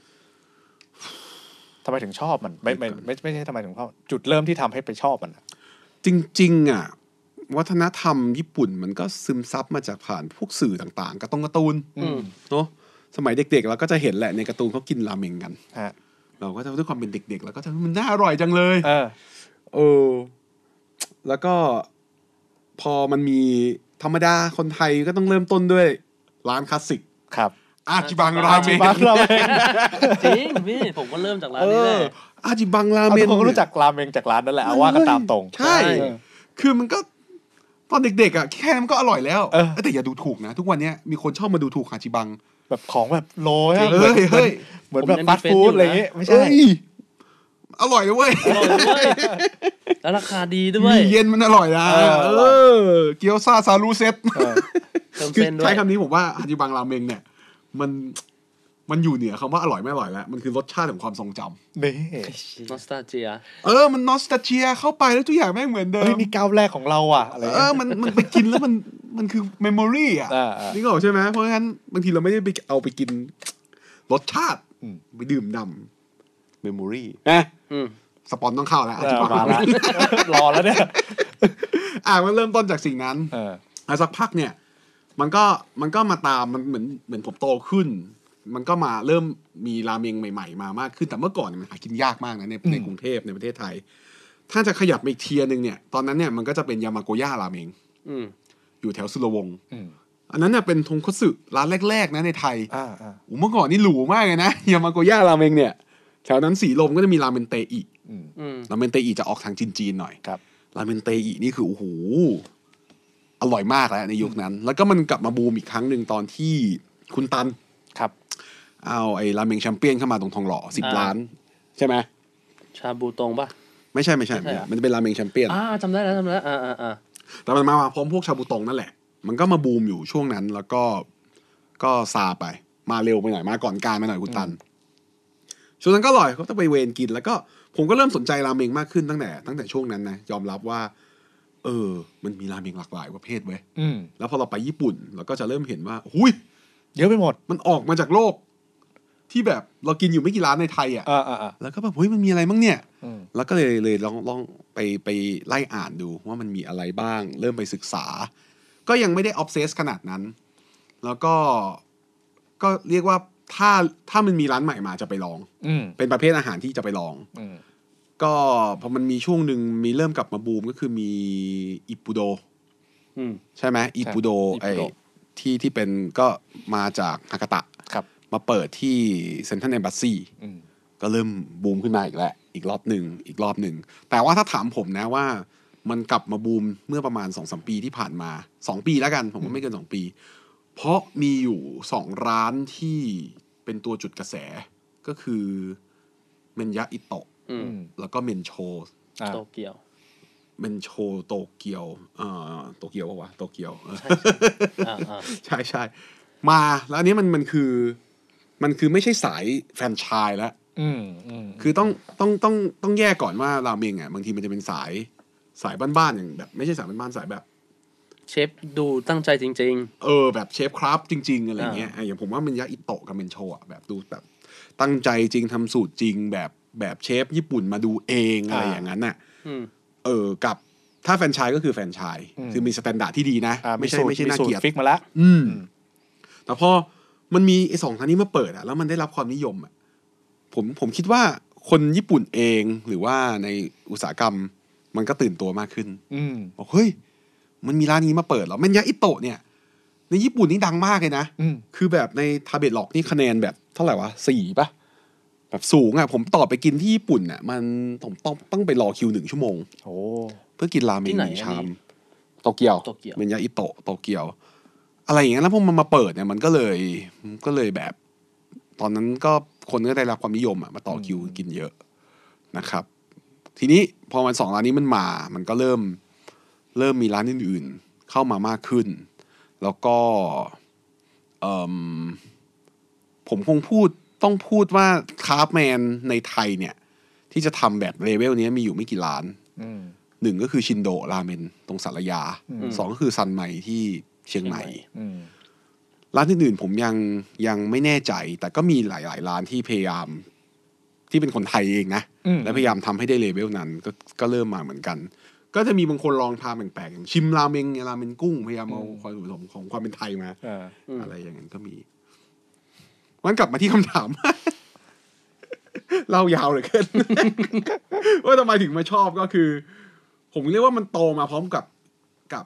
C: ทำไมถึงชอบมันไม่ไม่ไม่ไม่ใช่ทำไมถึงชอบจุดเริ่มที่ทำให้ไปชอบมันอะ
E: จริง ๆ อ่ะ วัฒนธรรมญี่ปุ่นมันก็ซึมซับมาจากผ่านพวกสื่อต่างๆการะตงการ์ตูน
F: อืม
E: เนาะสมัยเด็กๆเราก็จะเห็นแหละในการ์ตูนเขากินราเมงกัน
C: ฮะ
E: เราก็จะด้วยความเป็นเด็กๆเราก็จะมันน่าอร่อยจังเลย
C: เออ
E: เออ แล้วก็พอมันมีธรรมดาคนไทยก็ต้องเริ่มต้นด้วยร้านคลาสสิก
C: ครับ
E: อาจิบังราเมง
C: บางราเมง
F: จริงพี่ผมก็เริ่มจากร้าน
E: เอ
F: นี้แหละ
E: ออาจิบังรา
C: เอา
E: เม
C: ทุ
E: ง
C: กคนก็รู้จักราเมงจากร้านนั่นแหละเอาว่ากันตามตรง
E: ใช่ คือมันก็ตอนเด็กๆอ่ะแค่นั้นก็อร่อยแล้ว
C: เออ
E: แต่อย่าดูถูกนะ ทุกวันเนี้ยมีคนชอบมาดูถูกหาจิบัง
C: แบบของแบบโลฮะ
E: เฮ้ยเฮ้ย
C: เหมือนแบบฟาสต์ฟู้ดอะไรอย่างเงี้ยไม่ใช่
E: เฮ้ยอร่อยนะเว้ย
F: อร่อยด้วยแล้วราคาดีด้ว
E: มี
F: ย
E: เย็นมันอร่อยนะ
C: เออ
E: เออ เกี๊ยวซาซาลูเซ็ต
C: เออ
F: เติม
E: คือ
F: เส้นด้วย
E: ใช้คำนี้ผมว่าหาจิบังราเมงเนี่ย มันมันอยู่เหนือคำว่าอร่อยไม่อร่อยแล้ว มันคือรสชาติของความทรงจำ
C: นี่
F: นอสตาเจีย
E: เออมันนอสตาเจียเข้าไปแล้วทุกอย่างแม่งเหมือนเดิ
C: เฮ้ย
E: ม
C: นี่ก้าวแรกของเราอ่ะอะไร
E: เอ
C: เงี้
E: อย มันมันไปกินแล้วมันมันคือเมมโมรีอ่ะ
C: อ่าอ่า
E: นี่ก็ออกใช่ไหมเพราะงั้นบางทีเราไม่ได้ไปเอาไปกิน รสชาติ
C: อืม
E: ไปดื่มดำเมมโมรี่นะ
F: อืม
E: สปอนต้องเข้าแล้ว
C: เอ
E: ธิ
C: อบ
E: ย
C: มาละรอแล้วเนี่ย
E: อ่ะมันเริ่มต้นจากสิ่งนั้น
C: เออ
E: แล้วสักพักเนี่ย มันก็มันก็มาตามมันเหมือนเหมือนผมโตขึ้น มันก็มาเริ่มมีราเมงใหม่ ๆ มามากขึ้นแต่เมื่อก่อนเนยมันหากินยากมากนะในในกรุงเทพในประเทศไทย ถ้าจะขยับไปอีกเทียร์หนึงเนี่ยตอนนั้นเนี่ยมันก็จะเป็นยามาโกย่าราเมง
F: อืม
E: อยู่แถวสุรวงศ์
C: อืม
E: อันนั้นเน่ยเป็นทงคัตสึร้านแรกๆนะในไทย
C: อ่าอ่า
E: โอ้เมื่อก่อนนี่หรูมากเลยนะ ยามาโกย่าราเมงเนี่ย แถวนั้นสีลมก็จะมีราเมนเตอิ
C: อืม
F: อืม
E: ราเมนเตอิจะออกทางจีนๆหน่อย
C: ครับ
E: ราเมนเตอินี่คือโอ้โหอร่อยมากแล้วในยุคนั้น แล้วก็มันกลับมาบูมอีกครั้งหนึ่งตอนที่คุณตัน
C: ครับ
E: เอาไอ้ราเมงแชมเปี้ยนเข้ามาตรงทองหล่อสิบล้าน ใช่ไหม
F: ชาบูตรงปะ
E: ไม่ใช่ไม่ใช่
F: ไม่
E: ไม่
F: ใช่
E: ใช่
F: อะ
E: มันจะเป็นราเมงแชมเปี้ยน
F: อ่าจำได้แล้วจำได้แล้วอ่าอ่าอ่า
E: แต่มันมาพร้อมพวกชาบูตงนั่นแหละ มันก็มาบูมอยู่ช่วงนั้นแล้วก็ก็ซาไป มาเร็วไปหน่อยมาก่อนการไปหน่อยคุณตัน ช่วงนั้นก็อร่อยก็ต้องไปเวนกิน แล้วก็ผมก็เริ่มสนใจราเมงมากขึ้นตั้งแต่ตั้งแต่ช่วงนั้นนะยอมรับว่า เออ มันมีราเมงหลากหลายประเภทเว้ย
C: อืม
E: แล้วพอเราไปญี่ปุ่นเราก็จะเริ่มเห็นว่าหุย
C: เยอะไปหมด
E: มันออกมาจากโลก ที่แบบเรากินอยู่ไม่กี่ร้านในไทยอ่ะ
C: อ่าอ่าอ่า
E: แล้วก็แบบเฮ้ยมันมีอะไรบ้างเนี่ย
C: อืม
E: แล้วก็เลยเลยลองลองไปไปไล่อ่านดูว่ามันมีอะไรบ้าง เริ่มไปศึกษา ก็ยังไม่ได้ออฟเซสขนาดนั้น แล้วก็ก็เรียกว่าถ้าถ้ามันมีร้านใหม่มาจะไปลอง
C: อืม
E: เป็นประเภทอาหารที่จะไปลอง
C: อืม
E: ก็พอมันมีช่วงหนึ่งมีเริ่มกลับมาบูมก็คือมีอิปุโด
F: อืม
E: ใช่ไหมอิปุโดไอ ที่ที่เป็นก็มาจากฮากาตะ
C: ครับ
E: มาเปิดที่เซ็นทรัลเอมบัสซี
C: อืม
E: ก็เริ่มบูมขึ้นมาอีกแล้ว อีกรอบหนึ่งอีกรอบหนึ่ง แต่ว่าถ้าถามผมนะว่ามันกลับมาบูมเมื่อประมาณสองสมปีที่ผ่านมาสองปีแล้วกัน ผมว่าไม่เกินสองปี เพราะมีอยู่สองร้านที่เป็นตัวจุดกระแสก็คือเมนยะอิโตะ
F: อืม
C: อืม
E: แล้วก็เมนโช
C: อ่า
F: โตเกียว
E: เมนโชโตเกียวเอ่อโตเกียวปะวะโตเกียวเออ
F: อ่าอ่า
E: ใช่ใช่มาแล้วอันนี้มันมันคือ มันคือไม่ใช่สายแฟรนไชส์แล้ว
C: อืมอืม
E: คือต้องต้องต้องต้องแยกก่อนว่าราเมงอ่ะบางทีมันจะเป็นสายสายบ้านๆอย่างแบบ ไม่ใช่สายบ้านๆสายแบบ
F: เชฟดูตั้งใจจริง
E: เออแบบเชฟคราฟจริง ๆ อะไรเงี้ยอ่ะอย่างผมว่ามันยะอิโตะกับเมนโชะแบบดูแบบ ตั้งใจจริงทำสูตรจริง แบบแบบเชฟญี่ปุ่นมาดูเองอะไรอย่างนั้นน่ะ
F: อืม
E: เออกับถ้าแฟรนไชส์ก็คือแฟรนไชส์คือมีสแตนดาร์ดที่ดีนะ
C: อ่า
E: ไม่ใช่
C: สูตร
E: ไม่ใช่น่า
C: สูต
E: เกลียด
C: รฟิกมาละ
E: อืม แต่พอมันมีไอ้สองทางนี้มาเปิดอะแล้วมันได้รับความนิยมอะผมผมคิดว่าคนญี่ปุ่นเองหรือว่าในอุตสาหกรรมมันก็ตื่นตัวมากขึ้น
C: อืม
E: บอกเฮ้ย มันมีร้านนี้มาเปิดแล้วมันยะอิโตะเนี่ย ในญี่ปุ่นนี่ดังมากเลยนะ
C: อืม
E: คือแบบในทาเบตหลอกนี่คะแนนแบบเท่าไหร่วะสี่ปะแบบสูงอะผมต่อไปกินที่ญี่ปุ่นอะมันผมต้องต้องไปรอคิวหนึ่งชั่วโมง
C: โอ้
E: เพื่อกินราเม
F: ที่
E: ง
F: ไห
E: ห
F: น
E: นึ่ง
F: อัน
E: ชา
F: นี้
E: มโตเกียว
F: โตเกียว
E: นยาอิโตะโตเกียว อะไรอย่างเงี้ยแล้วพอมันมาเปิดเนี่ยมันก็เลยมันก็เลยแบบ ตอนนั้นก็คนก็ได้รับความนิยมอ่ะมาต่อคิวกินเยอะนะครับ ทีนี้พอมันสองร้านนี้มันมา มันก็เริ่ม เริ่มมีร้านอื่นๆ เข้ามามากขึ้น แล้วก็เอิ่มผมคงพูดต้องพูดว่าคาร์ฟแมนในไทยเนี่ย ที่จะทำแบบเลเวลเนี้ยมีอยู่ไม่กี่ร้าน
C: อืม
E: หนึ่งก็คือชินโดราเมนตรงสารยาสองก็คือซันไมที่เชียงใหม่
F: เชียงใหม่
C: อืม
E: ร้านอื่นๆผมยังยังไม่แน่ใจ แต่ก็มีหลาย ๆ ร้านที่พยายามที่เป็นคนไทยเองนะ
C: อืม
E: และพยายามทำให้ได้เลเวลนั้นก็ก็เริ่มมาเหมือนกัน ก็จะมีบางคนลองทานแปลกๆอย่างชิมราเมงเนี่ยราเมนกุ้งพยายามเอาความผสมของความเป็นไทยมา
C: อ่า
E: อะไรอย่างนั้นก็มีงั้นกลับมาที่คำถาม [LAUGHS] เล่ายาวเหลยเกิน [LAUGHS] ว่าทำไมถึงมาชอบก็คือ ผมเรียกว่ามันโตมาพร้อมกับกับ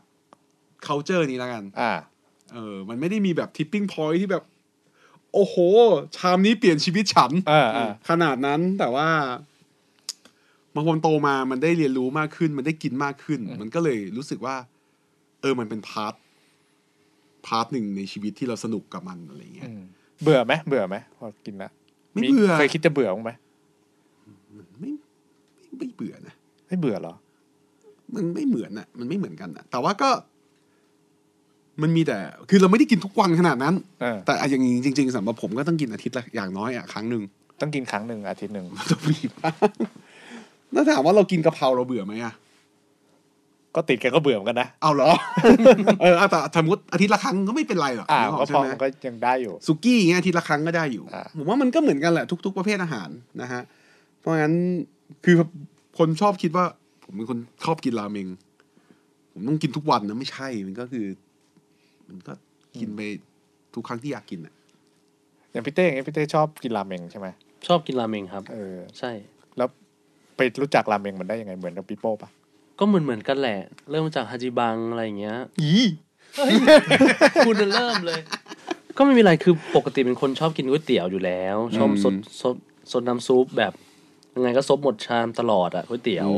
E: culture นี้แล้วกัน
C: อ่า
E: เออ มันไม่ได้มีแบบ tipping point ที่แบบ โอ้โห ชามนี้เปลี่ยนชีวิตฉัน
C: อ่าอ่า
E: ขนาดนั้นแต่ว่าบางคนโตมามันได้เรียนรู้มากขึ้น มันได้กินมากขึ้น มันก็เลยรู้สึกว่า เออมันเป็นพาร์ทพาร์ทหนึ่งในชีวิตที่เราสนุกกับมันอะไรเงี้ย
C: อืมเบื่อไหมเบื่อไหมพอกินละ
E: ไม่เบื่อ
C: เคยคิดจะเบื่อบ้างไหม
E: ไม่ไม่ไม่เบื่อนะ
C: ไม่เบื่อเหรอ
E: มันไม่เหมือนอะมันไม่เหมือนกันอะแต่ว่าก็ มันมีแต่ คือเราไม่ได้กินทุกวันขนาดนั้น
C: เออ
E: แต่อะอย่างนี้จริง ๆสำหรับผมก็ต้องกินอาทิตย์ละอย่างน้อยอะครั้งห [LAUGHS] นึ่ง
C: ต้องกินครั้งหนึ่งอาทิตย์หนึ่ง
E: มันต้องมีบ้างแล้วถามว่าเรากินกะเพราเราเบื่อไหมอะ
C: ก็ติดกันก็เบื่อเหมือนกันนะ
E: เอาเหรอ เออแต่สมมติอาทิตย์ละครั้งก็ไม่เป็นไรหรอก
C: อ่า
E: นึกอ
C: ก็
E: อก
C: พอ
E: ใช่ไหม
C: มันก็ยังได้อยู่
E: สุกี้อย่างเงี้ยอาทิตย์ละครั้งก็ได้อยู่
C: อ่า
E: ผมว่ามันก็เหมือนกันแหละทุก ๆ ประเภทอาหารนะฮะ เพราะงั้นคือคนชอบคิดว่า ผมเป็นคนชอบกินราเมง ผมต้องกินทุกวันนะไม่ใช่ มันก็คือ มันก็กินไปทุกครั้งที่อยากกินอ่ะ
C: อย่างพี่เต้อย่างเงี้ยพี่เต้ชอบกินราเมงใช่ไหม
F: ชอบกินราเมงครับ
C: เออ
F: ใช่
C: แล้วไปรู้จักราเมงมันได้ยังไงเหมือนกับปีโป้ปะ
F: ก็เหมือนเหมือนๆกันแหละ เริ่มจากฮาจิบังอะไรอย่างเงี้ย
C: อี
F: คุณเริ่มเลย ก็ไม่มีอะไรคือปกติเป็นคนชอบกินก๋วยเตี๋ยวอยู่แล้ว ชอบสดสดสดน้ำซุปแบบยังไงก็ซดหมดชามตลอดอะก๋วยเตี๋ยว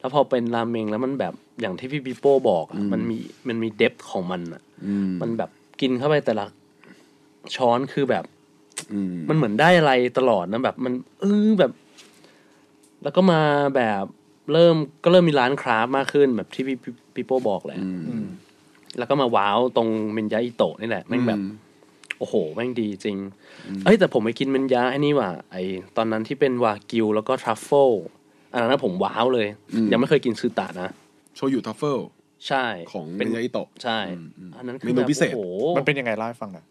F: แล้วพอเป็นราเมงแล้วมันแบบอย่างที่พี่ปีโป้บอกอะมันมีมันมีเดฟของมันอะมันแบบกินเข้าไปแต่ละช้อนคือแบบมันเหมือนได้อะไรตลอดนะแบบ มันเออแบบ แล้วก็มาแบบเริ่มก็เริ่มมีร้านคราฟต์มากขึ้นแบบที่พี่พี่พี่โป้บอกแหละ แล้วก็มาว้าวตรงเมนยาอิโตะนี่แหละแม่งแบบ โอ้โหแม่งดีจริง เอ้ยแต่ผมไปกินเมนยาไอ้นี่ว่ะไอตอนนั้นที่เป็นวากิวแล้วก็ทรัฟเฟิลอันนั้นนะผมว้าวเลย ยังไม่เคยกินซูตะนะ
E: โชยุทัฟเฟิล
F: ใช่
E: ของเม
F: เป็น
E: นยาอิโตะ
F: ใช่ อันนั้นคือ
E: เมนู
F: แบบ
E: พิเศษ
F: โอ้โห
C: มันเป็นยังไงเล่าให้ฟังหน่อย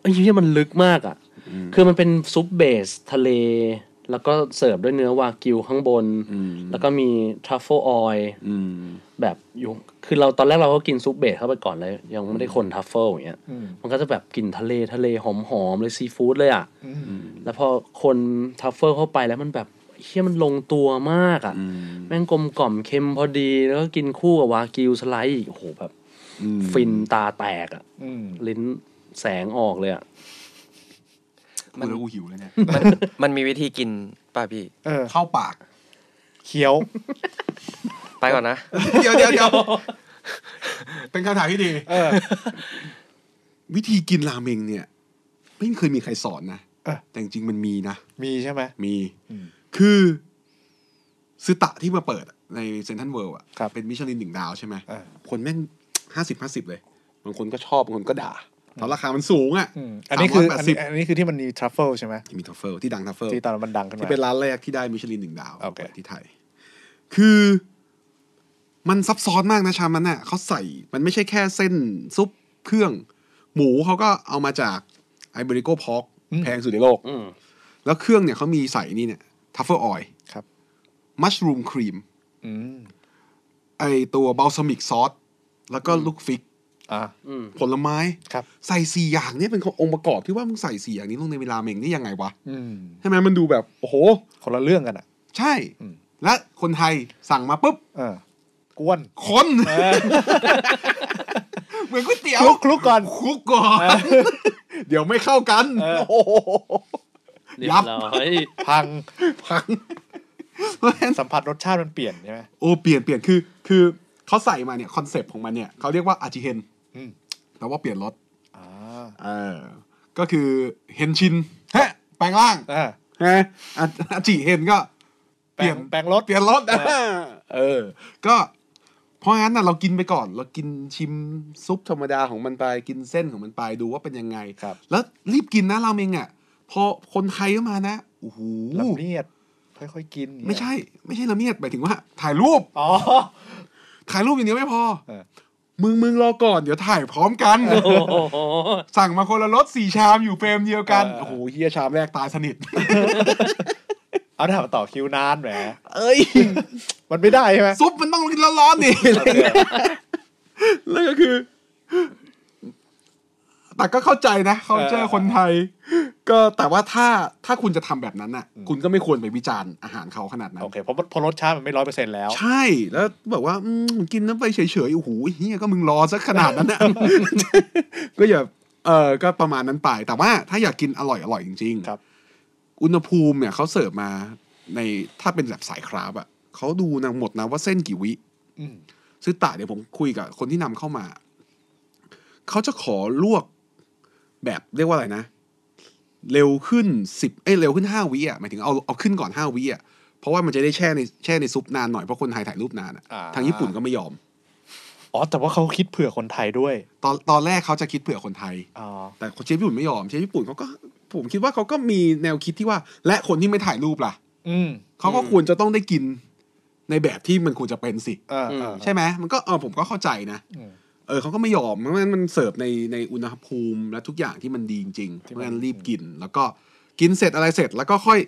F: ไอ้ที่มันลึกมากอ่ะ คือมันเป็นซุปเบสทะเล แล้วก็เสิร์ฟด้วยเนื้อวากิวข้างบน แล้วก็มีทรัฟเฟิลออย
E: อืม
F: แบบอยู่คือเราตอนแรกเราก็กินซุปเบสเข้าไปก่อนเลย ยังไม่ได้คนทัฟเฟิลอย่างเงี้ย
C: อืม
F: มันก็จะแบบกลิ่นทะเลทะเลหอมหอมๆเลยซีฟู้ดเลยอ่ะแล้วพอคนทัฟเฟิลเข้าไปแล้วมันแบบเฮี้ยมันลงตัวมากอ่ะ แม่งกลมกล่อมเค็มพอดีแล้วก็กินคู่กับวากิวสไลด์อีกโอ้โหแบบ ฟินตาแตกอะ
C: อืม
F: ลิ้นแสงออกเลยอะ
E: มันแล้วกูหิวเลยเนี่ย
D: มันมันมีวิธีกินป่ะพี่
C: เออ
E: เข้าปาก
C: เคี้ยว
D: ไปก่อนนะ
E: เดี๋ยวเดี๋ยวเดี๋
C: [LAUGHS]
E: ยวเป็นคำถามที่ดี
C: เออ
E: วิธีกินราเมงเนี่ย ไม่เคยมีใครสอนนะ
C: เออ
E: แต่จริงๆมันมีนะ
C: มีใช่ไหม
E: มี
C: อืม
E: คือซึตะที่มาเปิดในเซนทันเวิลด์อ่ะ
C: ครับ
E: เป็นมิชลินหนึ่งดาวใช่ไหม
C: เออ
E: คนแม่งห้าสิบห้าสิบเลย บางคนก็ชอบบางคนก็ด่าเพราะราคามันสูงอ่ะ
C: อืมอันนี้คือ
E: สามร้ยแปดสิบ
C: อันนี้อันนี้คือที่มันมีทรัฟเฟิลใช่ไหม
E: มีทัฟเฟิลที่ดังทัฟเฟิล
C: ที่ตอนนั้นมันดังขึ้น
E: ที่
C: มา
E: เป็นร้านแรกที่ได้มิชลินหนึ่งดาว
C: โอเค
E: ที่ไทย คือ มันซับซ้อนมากนะชามนั้นน่ะเขาใส่ มันไม่ใช่แค่เส้นซุปเครื่อง หมูเขาก็เอามาจากไอเบริโกพอกแพงสุดในโลก
F: อืม
E: แล้วเครื่องเนี่ยเขามีใส่นี่เนี่ยทัฟเฟอร์ออย
C: ครับ
E: มัชรูมครีม
C: อืม
E: ไอตัวบัลซามิกซอส แล้วก็ลูกฟิก
C: อ่ะ
F: อืม
E: ผลไม้
C: ครับ
E: ใส่สี่อย่างเนี่ยเป็นองค์ประกอบที่ว่ามึงใส่สี่อย่างนี้ลงในเวลาเมงนี่ยังไงวะ
C: อืม
E: ใช่ไหมมันดูแบบ โอ้โห
C: คนละเรื่องกันอ่ะ
E: ใช่ และคนไทยสั่งมาปุ๊บ
C: เออ กวน
E: คน [LAUGHS] เหมือนก๋วยเตี๋ยว
C: คลุกคลุกก่อน
E: คลุกก่อน [LAUGHS] เดี๋ยวไม่เข้ากัน
C: เออ
E: โอ้โห
F: เรีย
E: ยั
F: บบ ร้อย
C: พัง
E: พัง [LAUGHS] เพราะฉะนั้น
C: สัมผัสรสชาติมันเปลี่ยนใช่ไหม
E: โอ้เปลี่ยนเปลี่ยนคือ คือเขาใส่มาเนี่ยคอนเซปต์ของมันเนี่ยเขาเรียกว่าอาจิเฮน
C: อืม
E: แต่ว่าเปลี่ยนรส
C: อ่า
E: เออก็คือเฮนชินฮะแปลงร่าง
C: อ่า
E: ฮะอาอาจิเฮนก็
C: แปลงแปลงรส
E: เปลี่ยนรสนะเออ ก็เพราะงั้นนะเรากินไปก่อน เรากินชิมซุปธรรมดาของมันไป กินเส้นของมันไปดูว่าเป็นยังไง
C: ครับ
E: แล้วรีบกินนะราเมงอ่ะ พอคนไทยเข้ามานะ โอ้โห
C: ลำเนียด ค่อยๆกิน
E: ไม่ใช่ ไม่ใช่ละเมียดหมายถึงว่า ถ่ายรูป
C: อ๋อ
E: ถ่ายรูปอย่างเดียวไม่พอ
C: เออ
E: มึงมึงรอก่อน เดี๋ยวถ่ายพร้อมกัน
F: โอ้โห
E: สั่งมาคนละรสสี่ชามอยู่เฟรมเดียวกัน
C: เออ
E: โอ้โหเฮียชามแรกตายสนิท
C: เอาถามต่อคิวนานแหม
E: เอ้ย
C: มันไม่ได้ใช่ไหม
E: ซุปมันต้องกินร้อนๆ [LAUGHS] นี่ แล้วก็คือ แต่ก็เข้าใจนะ เขาเจอ
C: เออ
E: คนไทย ก็แต่ว่าถ้าถ้าคุณจะทำแบบนั้นน่ะ
C: อืม
E: คุณก็ไม่ควรไปวิจารณ์อาหารเขาขนาดนั้น
C: โอเคเพราะเพราะรสชาติมันไม่ร้อยเปอร์เซ็นต์แล้ว
E: ใช่ แล้วบอกว่า อืมกินน้ำไปเฉยๆ โอ้โหเฮียก็มึงรอซะขนาดนั้นนะ [LAUGHS] ก็อย่า เออก็ประมาณนั้นไป แต่ว่าถ้าอยากกินอร่อยอร่อยจริงๆ
C: ครับ
E: อุณหภูมิเนี่ยเขาเสิร์ฟมาในถ้าเป็นแบบสายคราฟอะเขาดูนะหมดนะว่าเส้นกี่วิ
C: อืม
E: ซึตะเนี่ยผมคุยกับคนที่นำเข้ามา เขาจะขอลวกแบบเรียกว่าอะไรนะ เร็วขึ้นสิบเอ้ยเร็วขึ้นห้าวิอ่ะหมายถึงเอาเอาขึ้นก่อนห้าวิอ่ะเพราะว่ามันจะได้แช่ในแช่ในซุปนานหน่อย เพราะคนไทยถ่ายรูปนานอะ
C: อ่า
E: ทางญี่ปุ่นก็ไม่ยอม
C: อ๋อ แต่ว่าเขาคิดเผื่อคนไทยด้วย
E: ตอนตอนแรกเขาจะคิดเผื่อคนไทย
C: อ๋อ
E: แต่เชฟญี่ปุ่นไม่ยอมเชฟญี่ปุ่นเขาก็ ผมคิดว่าเขาก็มีแนวคิดที่ว่า และคนที่ไม่ถ่ายรูปล่ะ
C: อืม
E: เขาก็ควรจะต้องได้กินในแบบที่มันควรจะเป็นสิ
C: อ่า
E: ใช่ไหมมันก็เออผมก็เข้าใจนะ เออเขาก็ไม่ยอมเพราะมันมันเสิร์ฟในในอุณหภูมิและทุกอย่างที่มันดีจริงๆเพราะงั้นรีบกิน แล้วก็กินเสร็จอะไรเสร็จแล้วก็ค่อย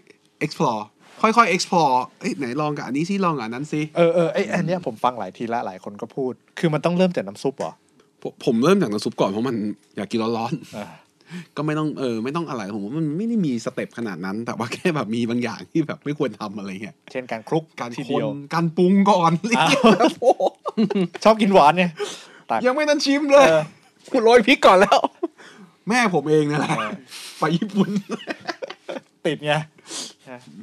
E: explore ค่อยๆ explore เอ้ยไหนลองกับอันนี้ซิลองกับอันนั้นซิ
C: เออเออไออันเนี้ยผมฟังหลายทีละหลายคนก็พูด คือมันต้องเริ่มจากน้ำซุปเหรอ
E: ผมผมเริ่มจากน้ำซุปก่อนเพราะมันอยากกินร้อน
C: อ่า
E: ๆ ก็ไม่ต้องเออไม่ต้องอะไรผมว่ามันไม่ได้มีสเต็ปขนาดนั้น แต่ว่าแค่แบบมีบางอย่างที่แบบไม่ควรทำอะไรเงี้ย
C: เช่นการคลุก
E: การ
C: ที
E: ค
C: เดี
E: น
C: ยว
E: การปรุงก่อน
C: อ้าว
E: แล้วโอ้โห
C: ชอบกินหวานเนี่ย ตัก
E: [LAUGHS] ยังไม่ทันชิมเลย
C: เออ
E: กูโรยพริกก่อนแล้ว แม่ผมเองนั่นแหละไปญี่ปุ่น
C: ติดไง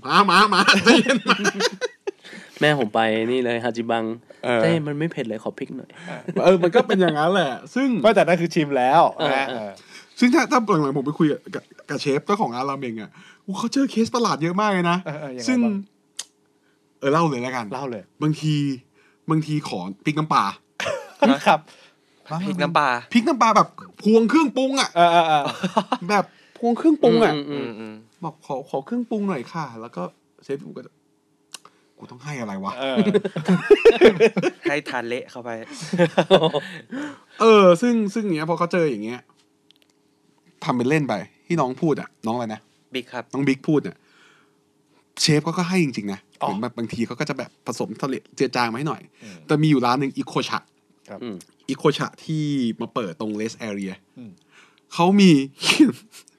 E: มามามา [LAUGHS] ใจเย็นมา
F: แม่ผมไปนี่เลยฮาจิบัง
C: เออ
F: เต้มันไม่เผ็ดเลยขอพริกหน่อย
E: เออ มันก็เป็นอย่างนั้นแหละ ซึ่ง
C: ไม่แต่นั่นคือชิมแล้วนะเออ
E: ซึ่งถ้าถ้าหลังๆผมไปคุยกับกับเชฟเจ้าของร้านราเมงอ่ะอู้เขาเจอเคสประหลาดเยอะมากเลยนะ
C: เออเออยังไง
E: ซึ่ง
C: บ้าง
E: เออ เล่าเลยแล้วกัน
C: เล่าเลย
E: บางที บางทีขอพริกน้ำปลา
C: ครับ
D: พริกน้ำปลา
E: พริกน้ำปลาแบบพวงเครื่องปรุงอ่ะ
C: เออเออเออ
E: แบบพวงเครื่องปรุงอ่ะ
F: อื
D: อื
F: ม
D: มอืม
E: บอกขอขอเครื่องปรุงหน่อยค่ะ แล้วก็เชฟผมก็จะกูต้องให้อะไรวะ
C: เออ
D: ให้ทานเละเข้าไป
E: เออ ซึ่งซึ่งเนี้ยพอเขาเจออย่างเงี้ยทำเป็นเล่นไป ที่น้องพูดอ่ะ น้องอะไรนะ
D: บิ๊กครับ
E: น้องบิ๊กพูดเนี่ยเชฟเขาก็ให้จริงๆนะเหมือนแบบบางทีเขาก็จะแบบผสมทะเลเจือจางมาให้หน่อย แต่มีอยู่ร้านหนึ่งอีโคชะ
C: ครับ
F: อืม
E: อีโคชะที่มาเปิดตรงเลสแอเรีย
C: อืม
E: เขามี [LAUGHS]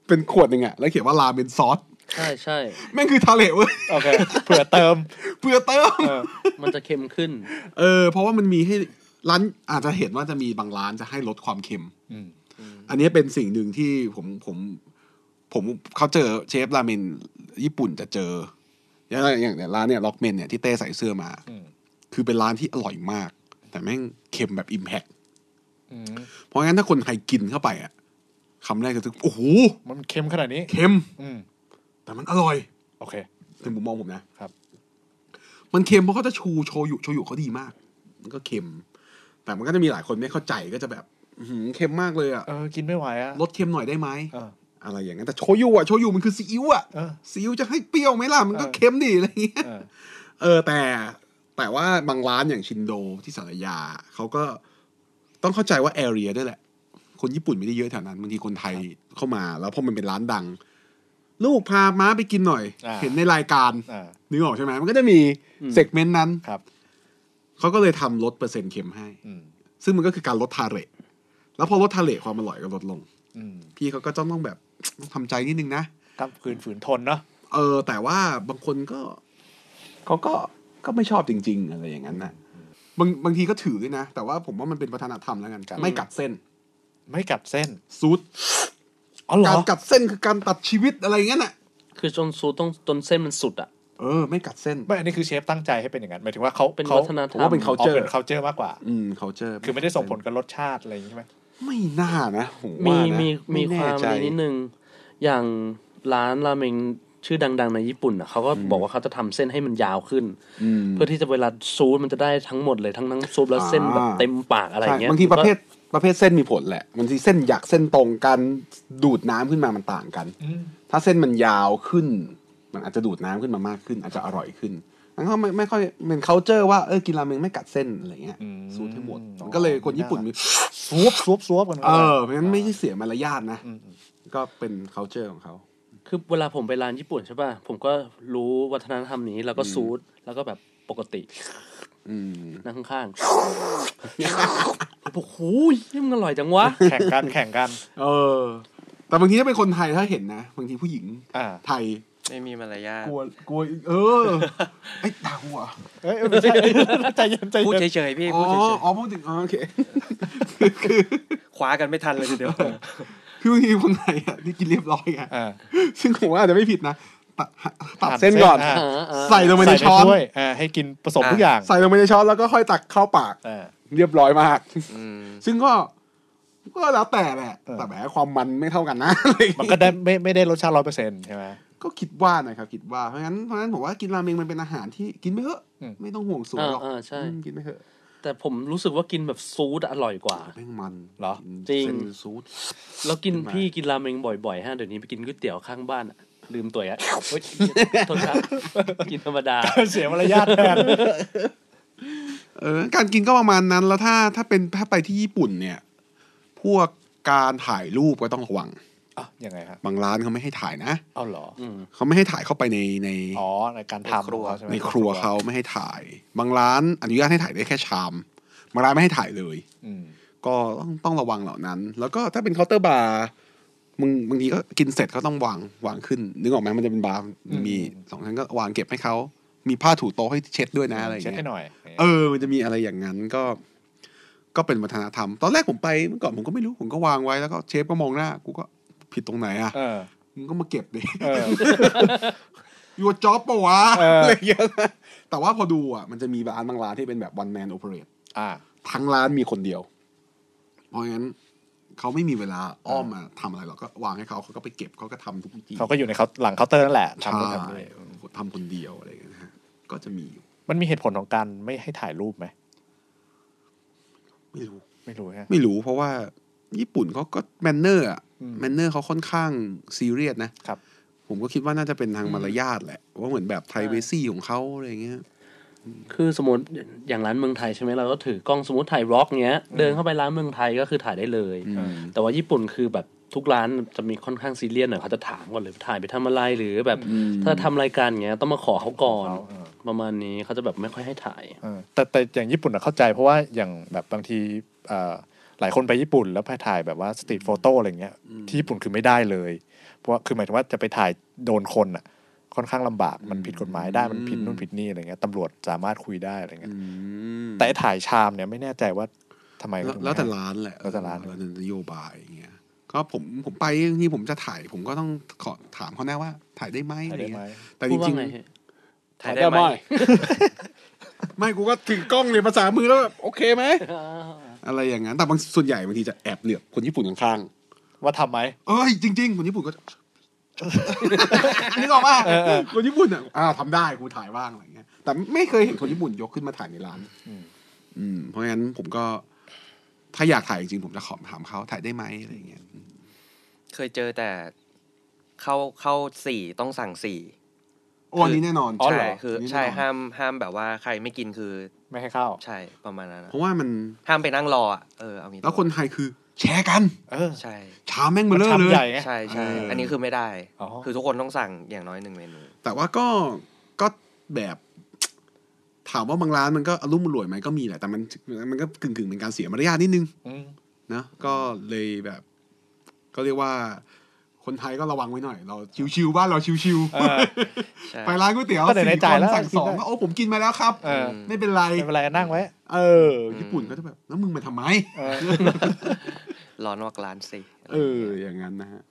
E: เป็นขวดหนึ่งอะแล้วเขียนว่าราเมนซอส
F: ใช่ใช่
E: แม่งคือทะเลเว้ย [LAUGHS]
C: โอเคเผื่อเติม
E: เพื่อเติม
C: เออ
F: มันจะเค็มขึ้น
E: เออเพราะว่ามันมีให้ ร้านอาจจะเห็นว่าจะมีบางร้านจะให้ลดความเค็ม
C: อืม
E: อันนี้เป็นสิ่งหนึ่งที่ผมผมผมเขาเจอเชฟราเมนญี่ปุ่นจะเจอ อย่างอย่างเนี่ยร้านเนี่ยล็อกเมนเนี่ยที่เต้ใส่เสื้อมา
C: อืม
E: คือเป็นร้านที่อร่อยมาก แต่แม่งเค็มแบบอิมแพค
C: อืม
E: เพราะงั้นถ้าคนไทยกินเข้าไปอ่ะคำแรกจะถึงโอ้โห
C: มันเค็มขนาดนี้
E: เค็ม
C: อืม
E: แต่มันอร่อย
C: โอเค
E: ในมุมมองผมนะครับ มันเค็มเพราะเขาจะชูโชยุโชยุเขาดีมาก มันก็เค็ม แต่มันก็จะมีหลายคนไม่เข้าใจก็จะแบบอื้อหือเค็มมากเลยอ่ะ
C: เออกินไม่ไหวอะ
E: ลดเค็มหน่อยได้ไหม
C: เออ
E: อะไรอย่างนั้นแต่โชยุอ่ะโชยุมันคือซีอิ๊วอ่ะ
C: เออ
E: ซีอิ๊วจะให้เปรี้ยวไหมล่ะ มันก็
C: เออ
E: เค็มดิอะไรอย่างเงี้ย
C: เออ
E: เออแต่แต่ว่าบางร้านอย่างชินโดที่สารยาเขาก็ต้องเข้าใจว่าแอเรียด้วยแหละ คนญี่ปุ่นไม่ได้เยอะแถวนั้นบางทีคนไทยเข้ามา แล้วพอมันเป็นร้านดัง ลูกพาม้าไปกินหน่อย
C: า
E: เห็นในรายการ
C: อ่า
E: นึกออกใช่ไหมมันก็จะมีเซกเมนต์นั้น
C: ครับ
E: เขาก็เลยทำลดเปอร์เซ็นต์เค็มให้
C: อืม
E: ซึ่งมันก็คือการลดทาเรตแล้วพอลดทาเรตความอร่อยก็ลดลง
C: อืม
E: พี่เขาก็ต้องแบบต้องทำใจนิดนึงนะ
C: กำคืนฝืนทนเนาะ
E: เออแต่ว่าบางคนก็เขาก็ก็ไม่ชอบจริง ๆ อะไรอย่างนั้นนะบางบางทีก็ถือด้วยนะ แต่ว่าผมว่ามันเป็นวัฒนธรรมแล้วกันไม่กัดเส้น
C: ไม่กัดเส้น
E: ซูด
C: อ๋อเหร
E: กา
C: อ
E: รกัดเส้นคือการตัดชีวิตอะไรอย่างนั้นอ่ะ
F: คือจนซูต้องจนเส้นมันสุดอ่ะ
E: เออ ไม่กัดเส้น
C: ไม่อันนี้คือเชฟตั้งใจให้เป็นอย่างนั้นหมายถึงว่าเขา
F: เป็น
C: เขา
F: วัฒนธ
E: ผ
F: รร
E: ม
F: ม
E: ว่าเป็น
C: เขา
E: culture
C: เป็น culture มากกว่า
E: อืมเขาเจอ
C: คือไม่ได้ส่งผลกับรสชาติอะไรอย่างนี้ใช่ไหม
E: ไม่น่านะผม
F: มี
E: ว่านะ
F: มีมี
E: ไแน่
F: ความ
E: ใจ
F: อะไรนิดนึง อย่างร้านราเมงชื่อดัง ๆ ในญี่ปุ่นอ่ะเขาก็บอกว่าเขาจะทำเส้นให้มันยาวขึ้น
E: อืม
F: เพื่อที่จะเวลาซูปมันจะได้ทั้งหมดเลยทั้งน้ำซุปและเส้นแบบเต็มปากอะไรอย่า
E: ใช่
F: งเงี้ย
E: บางทีประเภทประเภทเส้นมีผลแหละบางทีเส้นหยักเส้นตรงกันดูดน้ำขึ้นมามันต่างกัน
C: อืม
E: ถ้าเส้นมันยาวขึ้น มันอาจจะดูดน้ำขึ้นมามากขึ้น อาจจะอร่อยขึ้นมันก็ไม่ไม่ค่อยเป็นเคาเจอว่าเออกินราเมงไม่กัดเส้นอะไรเงี้ยซูทให้หมดมันก็เลยคนญี่ปุ่นมี
C: ซวบซวบซวบกัน
E: เออเพราะฉะนั้นไม่ใช่เสียมารยาทนะ ก็เป็นเคาเจอของเขา
F: คือเวลาผมไปร้านญี่ปุ่นใช่ป่ะผมก็รู้วัฒนธรรมนี้แล้วก็ซูปแล้วก็แบบปกติ
E: อืม [LAUGHS]
F: นั่งข้างๆ โอ้โหเฮ้ยมันอร่อยจังวะ
C: แข่งกันแข่งกัน
E: เออ แต่บางทีถ้าเป็นคนไทยถ้าเห็นนะบางทีผู้หญิง
C: อ่า
E: ไทย
D: ไม่มีมารยาก ท
E: ลัวกลัวเอ
D: [LAUGHS]
E: อไอ้ตาหัว
C: เอ้ยเอ้ยไม่ใช่ใจเย็นใจ
D: พูด
C: เย็น
D: เฉยๆพี่
E: อ๋อ
D: พูดเฉย
E: อ๋อพูดถึงอ๋อโอเค [LAUGHS] คือคือ
D: ๆคว้ากันไม่ทันเลยทีเดียว
E: คือบางทีคนไทยอ่ะที่กินเรียบร้อยอ่ะ
C: อ่า
E: ซึ่งผมว่าอาจจะไม่ผิดนะตัดตัดเส้นก่อน
C: ตัดเส้น
F: อ่า
E: ใส่ลงไปใน
C: ใส่
E: ช้อน
C: ถ้วยอ่าให้กินผสมทุกอย่าง
E: ใส่ลงไปในช้อนแล้วก็ค่อยตักเข้าปาก
C: อ่า
E: เรียบร้อยมาก
D: อืม
E: ซึ่งก็ ก็แล้วแต่แหละ
C: เออ
E: แต่แหมความมันไม่เท่ากันนะ [LAUGHS]
C: มันก็ได้ไม่ไม่ได้รสชาติร้อยเปอร์เซ็นต์ใช่ไหม
E: ก็คิดว่านะครับคิดว่าเพราะงั้นเพราะงั้นผมว่ากินราเมงมันเป็นอาหารที่กินไปเถอะ
C: อืม
E: ไม่ต้องห่วงสูงหรอก
F: อ่าอ่าใช่
E: อืมกินไปเถอะ
F: แต่ผมรู้สึกว่ากินแบบซูปอะอร่อยกว่า
E: แม่งมัน
C: เหรอ
F: จริง
E: เส้นซูด
F: แล้วกินพี่กินราเมงบ่อยๆฮะเดี๋ยวนี้ไปกินก๋วยเตี๋ยวข้างบ้านอะลืมตัวอ่ะเฮ้ยโทษครับกินธรรมดา
C: เสียมารยาทแทน
E: เออการกินก็ประมาณนั้น แล้วถ้าถ้าเป็นถ้าไปที่ญี่ปุ่นเนี่ย พวกการถ่ายรูปก็ต้องระวัง
C: อ่ะยังไงฮะ
E: บางร้านเขาไม่ให้ถ่ายนะ
C: เอาเหรอ
E: เขาไม่ให้ถ่ายเข้าไปในใน
C: อ๋อในการทำของเขาใช่ไหม
E: ในครัวเขาไม่ให้ถ่าย บางร้านอนุญาตให้ถ่ายได้แค่ชาม บางร้านไม่ให้ถ่ายเลย
C: อืม
E: ก็ต้องต้องระวังเหล่านั้น แล้วก็ถ้าเป็นเคาน์เตอร์บาร์มึงบางทีก็กินเสร็จก็ต้องวางวางขึ้น นึกออกไหมมันจะเป็นบาร์มีสองชั้นก็วางเก็บให้เขา มีผ้าถูโต๊ะให้เช็ดด้วยนะอะไรอย่าง
C: เช็ด
E: เงี้
C: ให้
E: ย
C: หน่อย
E: เออ มันจะมีอะไรอย่างนั้นก็ ก็เป็นวัฒนธรรม ตอนแรกผมไปเมื่อก่อนผมก็ไม่รู้ผมก็วางไว้แล้วก็เชฟก็มองหน้ากูก็ผิดตรงไหนอ่ะ
C: เออ
E: มึงก็มาเก็บดิ
C: เออ
E: ยูจ็อบปะวะ
C: เอออ
E: อะไรเงี้ยนะแต่ว่าพอดูอ่ะ มันจะมีร้านบางร้านที่เป็นแบบ one man operate
C: อ่า
E: ทั้งร้านมีคนเดียว เพราะงั้นเขาไม่มีเวลาอ้อมมาทำอะไรหรอกก็วางให้เขาเขาก็ไปเก็บเขาก็ทำทุกที
C: เขาก็อยู่ในเขาหลังเคาน์เตอร์นั่นแหละ
E: ใช่
C: ทำด้วยทำด้วย
E: ทำคนเดียวอะไรเงี้ยนะฮะก็จะมีอยู่
C: มันมีเหตุผลของการไม่ให้ถ่ายรูปไหม
E: ไม่รู้
C: ไม่รู้ฮะ
E: ไม่รู้เพราะว่าญี่ปุ่นเขาก็แมนเนอร์อะ
C: อืม
E: แมนเนอร์เขาค่อนข้างซีเรียสนะ
C: ครับ
E: ผมก็คิดว่าน่าจะเป็นทางมารยาทแหละว่าเหมือนแบบไทเวซี่ของเขาอะไรเงี้ย
F: คือสมมติอย่างร้านเมืองไทยใช่ไหมเราก็ถือกล้องสมมติถ่ายร็อกเงี้ย เดินเข้าไปร้านเมืองไทยก็คือถ่ายได้เลย
E: อืม
F: แต่ว่าญี่ปุ่นคือแบบทุกร้านจะมีค่อนข้างซีเรียสหน่อยเขาจะถามก่อนเลยถ่ายไปทำอะไรหรือแบบถ้าทำรายการเงี้ยต้องมาขอเขาก่อน
C: ขอเขาเออ
F: ประมาณนี้เขาจะแบบไม่ค่อยให้ถ่าย
C: เออแต่แต่อย่างญี่ปุ่นนะเข้าใจเพราะว่าอย่างแบบบางทีเอ่อหลายคนไปญี่ปุ่นแล้วไปถ่ายแบบว่าสตรีทโฟโต้อะไรเงี้ยที่ญี่ปุ่นคือไม่ได้เลย เพราะว่าคือหมายถึงว่าจะไปถ่ายโดนคนอ่ะ ค่อนข้างลำบากมันผิดกฎหมายได้มันผิดนู่นผิดนี่อะไรเงี้ยตำรวจสามารถคุยได้อะไรเงี้ยแต่ไอ้ถ่ายชามเนี่ยไม่แน่ใจว่าทำไมเขา
E: แล้วแล้ว
C: ถึง
E: แต่
C: ไม่ให้
E: ร้านแหละ
C: แล้วแต่ร้าน
E: แล้วแต่นโยบายอย่างเงี้ยก็ผมผมไปนี่ผมจะถ่ายผมก็ต้องขอถามเขาแน่ว่า ถ่ายได้ไหม
C: ถ่าย
E: อะไร
C: ได้ไหม
E: เงี้ยแต่จ
F: พูดว่า
E: ริง
F: ไง
E: ๆ
F: ฮะ
D: ถ่ายได้ไหม
E: ไม่กูก็ถือกล้องเลยภาษามือแล้วแบบโอเคไหม อะไรอย่างนั้นแต่บางส่วนใหญ่บางทีจะแอบเหลือบคนญี่ปุ่นข้าง
C: ว่าทำไหม
E: ๆเอ้ยจริง ๆ คนญี่ปุ่นก็ [LAUGHS] นึกออกป่ะคนญี่ปุ่นอ่ะอ้าวทำได้กูถ่ายบ้างอะไรเงี้ยแต่ไม่เคยเห็นคนญี่ปุ่นยกขึ้นมาถ่ายในร้าน
C: อืม
E: อืม เพราะงั้นผมก็ ถ้าอยากถ่ายจริงๆผมจะขอถามเขาถ่ายได้ไหมอะไรเงี้ย
D: เคยเจอแต่เข้าเข้าสี่ต้องสั่งสี่
E: โอ้อันนี้แน่นอน
D: ใช่คือ
E: อันนี้
D: ใช่
E: แน่นน
D: ห้ามห้ามแบบว่าใครไม่กินคือ
C: ไม่ให้เข้า
D: ใช่ประมาณนั้นอะ
E: เพราะว่ามัน
D: ห้ามไปนั่งรออะเออเอางี้
E: แล้วคนไทยคือ แชร์กัน
C: เออ
D: ใช่
E: ชามแม่งเบลอเล
C: ชาม
E: ย
C: ใหญ่ไง
D: ใช่ใช่
E: เอออั
D: อันนี้คือไม่ได้
C: อ๋อ
D: คือทุกคนต้องสั่งอย่างน้อยหนึ่งเมนู
E: แต่ว่าก็ก็แบบ ถามว่าบางร้านมันก็อรุ่มอร่วยไหมก็มีแหละ แต่มันมันก็กึ่งกึ่งๆเป็นการเสียมารยาทนิดนึง
C: อืม
E: นะก็เลยแบบ ก็เรียกว่า คนไทยก็ระวังไว้หน่อย เราชิวๆบ้านเราชิว
C: เออ
D: ใช่
E: ๆไปร้านก๋วยเตี๋ยว
C: ก็ไหน
E: สี่ค
C: ๆจ่าย
E: น
C: แล้ว
E: สั่ง
C: กิน
E: สอง
C: ได้
E: ก็โอ้ผมกินมาแล้วครับ
C: เออ
E: ไม่เป็นไร
C: ไม่เป็นไรนั่งไว้
E: เออ ญี่ปุ่นก็จะแบบ แล้วมึงมาทำไม
C: เออ
D: ร้อนนอกร้านสิ
E: เออ อย่างนั้นนะฮะ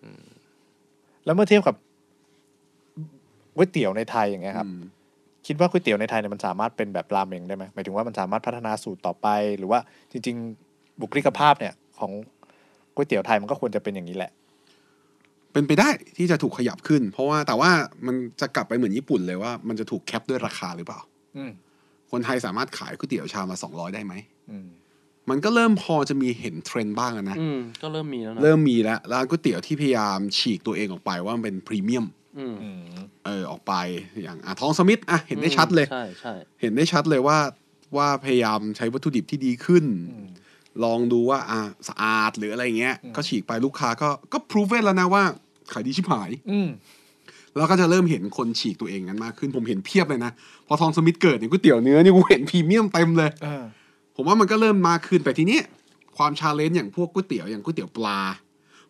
C: แล้วเมื่อเทียบกับก๋วยเตี๋ยวในไทยอย่างเงี้ยครับ
E: อืม
C: คิดว่าก๋วยเตี๋ยวในไทยเนี่ยมันสามารถเป็นแบบราเมงได้ไหมหมายถึงว่ามันสามารถพัฒนาสูตรต่อไป หรือว่าจริง ๆ บุคลิกภาพเนี่ย ของก๋วยเตี๋ยวไทยมันก็ควรจะเป็นอย่างนี้แหละ
E: เป็นไปได้ที่จะถูกขยับขึ้น เพราะว่าแต่ว่ามันจะกลับไปเหมือนญี่ปุ่นเลยว่ามันจะถูกแคปด้วยราคาหรือเปล่า
C: อืม
E: คนไทยสามารถขายก๋วยเตี๋ยวชามละสองร้อยได้ไหม
C: อืม
E: มันก็เริ่มพอจะมีเห็นเทรนด์บ้างแล้วนะ
F: อืมก็เริ่มมีแล้วนะ
E: เริ่มมีแล้วร้านก๋วยเตี๋ยวที่พยายามฉีกตัวเองออกไปว่ามันเป็นพรีเมียม
F: อืม
C: อืม
E: เออออกไปอย่างอ่ะทองสมิธอ่ะเห็นได้ชัดเลย
F: ใช่ใช่
E: เห็นได้ชัดเลยว่าว่าพยายามใช้วัตถุดิบที่ดีขึ้น
C: อืม
E: ลองดูว่าอ่ะสะอาดหรืออะไรเงี้ย
C: อืม
E: ก็ฉีกไปลูกค้าก็ก็พรูเวแล้วนะว่าขายดีชิบหาย
C: อืม
E: แล้วก็จะเริ่มเห็นคนฉีกตัวเองกันมากขึ้น ผมเห็นเพียบเลยนะ พอทองสมิธเกิดเนี่ยก๋วยเตี๋ยวเนื้อเนี่ยกูเห็นพรีเมียมเต็มเลย
C: เออ
E: ผมว่ามันก็เริ่มมากขึ้นแต่ทีเนี้ยความชาเลนจ์อย่างพวกก๋วยเตี๋ยวอย่างก๋วยเตี๋ยวปลา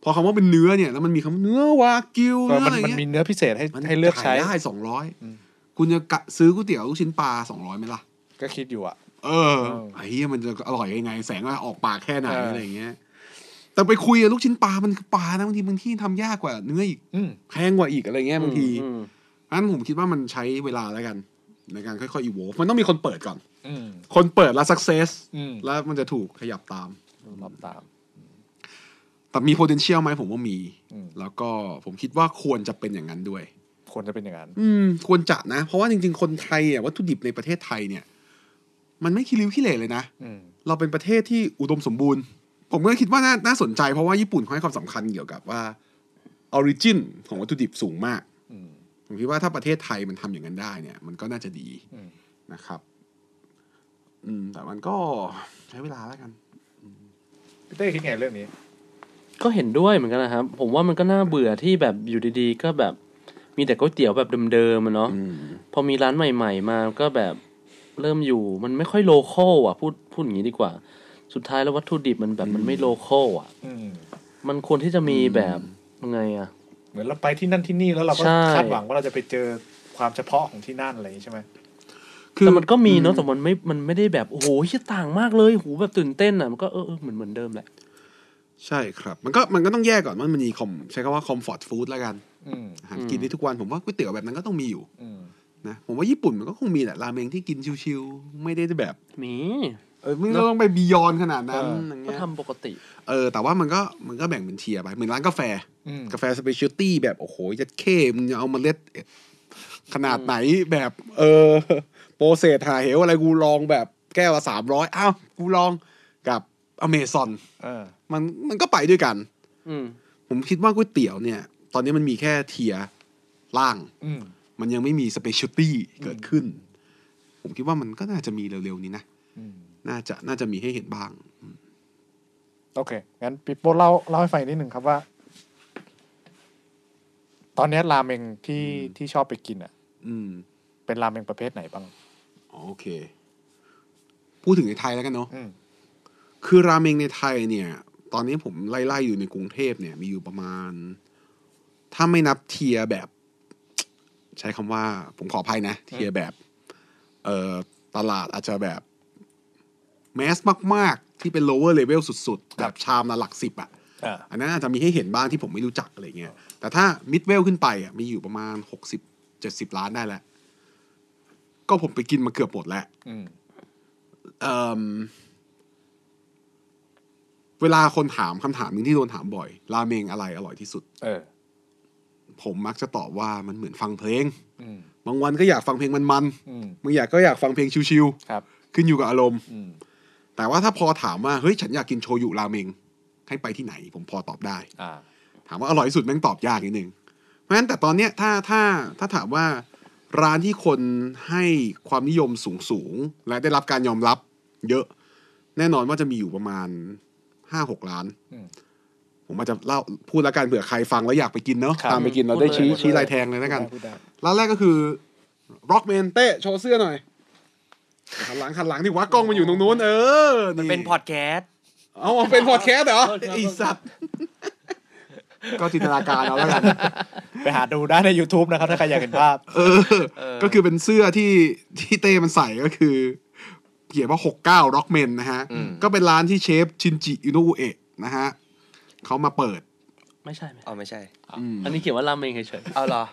E: พอคำว่าเป็นเนื้อเนี่ยแล้วมันมีคำว่าเนื้อวากิว
C: เอ
E: เนื้
C: อ
E: อ
C: มัน
E: อะไร
C: มัน
E: เงี้ย
C: มีเนื้อพิเศษให้ให้เลือก
E: ขา
C: ใช้
E: ยได้สองร้อย
C: อืม
E: คุณจะกะซื้อก๋วยเตี๋ยวลูกชิ้นปลาสองร้อยไหมล่ะ
C: ก็คิดอยู่อ่ะ
E: เออ
C: เออ
E: ไอ้เหี้ยมันจะอร่อยยังไง แสงว่าออกปากแค่ไหน
C: เอออ
E: อะไรอย่างเงี้ย แต่ไปคุยกับลูกชิ้นปลามันคือปลานะบางทีบางที่ทำยากกว่าเนื้ออีก
C: อืม
E: แพงกว่าอีกอะไรเงี้ยบางที
F: อืม
E: งั้นผมคิดว่ามันใช้เวลาแล้วกัน ในการค่อยๆอีโวมันต้องมีคนเปิดก่อน
C: อืม
E: คนเปิดแล้วสักเซส
C: อืม
E: แล้วมันจะถูกขยับตาม
C: รอบตาม
E: แต่มี potential ไหมผมว่ามี
C: อืม
E: แล้วก็ผมคิดว่าควรจะเป็นอย่างนั้นด้วย
C: ควรจะเป็นอย่างนั้น
E: อืม ควรจะนะ เพราะว่าจริงๆ คนไทยอ่ะวัตถุดิบในประเทศไทยเนี่ย มันไม่คิริ้วขี้เหร่เลยนะ
C: อืม
E: เราเป็นประเทศที่อุดมสมบูรณ์ ผมก็คิดว่าน่านาสนใจเพราะว่าญี่ปุ่นเขาให้ความสำคัญเกี่ยวกับว่าออริจินของวัตถุดิบสูงมาก
C: อืม
E: ผมคิดว่าถ้าประเทศไทยมันทำอย่างนั้นได้เนี่ย มันก็น่าจะดี
C: อืม
E: นะครับ อืม แต่มันก็ใช้เวลาแล้วกัน
C: พี่เต้คิดไงเรื่องนี้
F: ก็เห็นด้วยเหมือนกันนะครับ ผมว่ามันก็น่าเบื่อที่แบบอยู่ดีๆ ก็แบบมีแต่ก๋วยเตี๋ยวแบบเดิมๆอะเนาะ
E: อืม
F: พอมีร้านใหม่ ๆ มาก็แบบเริ่มอยู่มันไม่ค่อยโลคอลอ่ะพูดพูดอย่างนี้ดีกว่า สุดท้ายแล้ววัตถุดิบมันแบบมันไม่โลคอลอ่ะ
C: อืม
F: มันควรที่จะมีแบบยังไงอ่ะ
C: เหมือนเราไปที่นั่นที่นี่แล้วเราก็
F: ใช่
C: คาดหวังว่าเราจะไปเจอความเฉพาะของที่นั่นอะไรอย่างงี้ใช่ไหม
F: แต่มันก็มีเนาะแต่มันไม่มันไม่ได้แบบโอ้โหเหี้ยต่างมากเลยโหูแบบตื่นเต้นอ่ะมันก็เออเออเหมือนเหมือนเดิมแหละ
E: ใช่ครับ มันก็มันก็ต้องแยกก่อนว่ามันมีคอมใช้คำว่าคอมฟอร์ตฟู้ดแล้วกัน
C: อืม
E: อาหาร
F: อืม
E: กินที่ทุกวันผมว่าก๋วยเตี๋ยวแบบนั้นก็ต้องมีอยู่
C: อืม
E: นะผมว่าญี่ปุ่นมันก็คงมีแหละราเมงที่กินชิวๆไม่ได้แบบ
F: มี
E: เออไม่ต้องไปบียอนขนาดนั้น
C: เอออ
E: ย่าง
F: ก็
E: เงี้ย
F: ทำปกติ
E: เออแต่ว่ามันก็มันก็แบ่งเป็นเทียร์ไป เหมือนร้านกาแฟ
C: อืม
E: กาแฟสเปเชียลตี้แบบโอ้โหยัดเข้มงเอาเมาเล็ด ขนาดไหนแบบ เออโปรเซสหาเหวอะไรกูลองแบบแก้วละสามร้อยอ้าวกูลองกับอเมซอน
C: เออ
E: มันมันก็ไปด้วยกัน
F: อืม
E: ผมคิดว่าก๋วยเตี๋ยวเนี่ย ตอนนี้มันมีแค่เทียร์ล่าง
C: อืม
E: มันยังไม่มีสเปเชียลตี้เกิดขึ้น ผมคิดว่ามันก็น่าจะมีเร็วๆนี้นะ
C: อืม
E: น่าจะน่าจะมีให้เห็นบ้าง
C: โอเค งั้นปิโป้เล่าเล่าให้ฟังอีกนิดหนึ่งครับว่า ตอนเนี้ยราเมงที่ที่ชอบไปกินอ่ะ
E: อืม
C: เป็นราเมงประเภทไหนบ้าง
E: อ๋อโอเค พูดถึงในไทยแล้วกันเนาะ
C: อืม
E: คือราเมงในไทยเนี่ย ตอนนี้ผมไล่ๆอยู่ในกรุงเทพเนี่ย มีอยู่ประมาณ ถ้าไม่นับเทียร์แบบ ใช้คำว่าผมขออภัยนะเทียร์แบบ เอ่อตลาดอาจจะแบบ แมสมาก ๆ ที่เป็น lower level สุด ๆ แบบชามละหลักสิบอ่ะ
C: อ่า
E: อันนั้นอาจจะมีให้เห็นบ้างที่ผมไม่รู้จักอะไรเงี้ย แต่ถ้ามิดเวลขึ้นไปอ่ะมีอยู่ประมาณหกสิบเจ็ดสิบล้านได้แล้ว ก็ผมไปกินมาเกือบหมดแล้ว
C: อืม
E: เอิ่มเวลาคนถามคำถามหนึงที่โดนถามบ่อย ราเมงอะไรอร่อยที่สุด
C: เออ
E: ผมมักจะตอบว่ามันเหมือนฟังเพลง
C: อืม
E: บางวันก็อยากฟังเพลงมัน
C: อืม
E: ๆบางอยากก็อยากฟังเพลงชิว
C: ครับ
E: ๆขึ้นอยู่กับอารมณ์
C: อืม
E: แต่ว่าถ้าพอถามว่าเฮ้ยฉันอยากกินโชยุราเมง ให้ไปที่ไหน ผมพอตอบได้
C: อ่า
E: ถามว่าอร่อยที่สุดแม่งตอบยากนิดนึง เพราะฉะนั้นแต่ตอนเนี้ยถ้าถ้าถ้าถามว่าร้านที่คนให้ความนิยมสูงสูงๆและได้รับการยอมรับเยอะ แน่นอนว่าจะมีอยู่ประมาณห้าหกร้าน
C: อืม
E: ผมอาจจะเล่าพูดแล้วกันเผื่อใครฟังแล้วอยากไปกินเนาะตามไปกินเราได้ชี้ชี้ลายแทงเลยแล้วกัน
C: พูดได้
E: ร้านแรกก็คือ Rock m a n เต้โชว์เสื้อหน่อยหันหลังหันหลังที่ว่ากล้องมันอยู่ตรงนู้นเออ
D: มันเป็นพอดแคสต์
E: เอาเอาเป็นพอดแคสต์เหรอไอสัตว์ ก็จินตนาการเอาแล้วกัน
C: ไปหาดูได้ใน YouTube นะครับ ถ้าใครอยากเห็นภาพ
E: เออก็คือเป็นเสื้อที่ที่เต้มันใส่ก็คือ เขียนว่าหกเก้าร็อกเมนนะฮะ ก็เป็นร้านที่เชฟชินจิอินุเอะนะฮะเขามาเปิด
F: ไม่ใช่ไหม
D: เอาไม่ใช่
F: อันนี้เขียนว่าราเมงเฉย
D: เอาเหรอ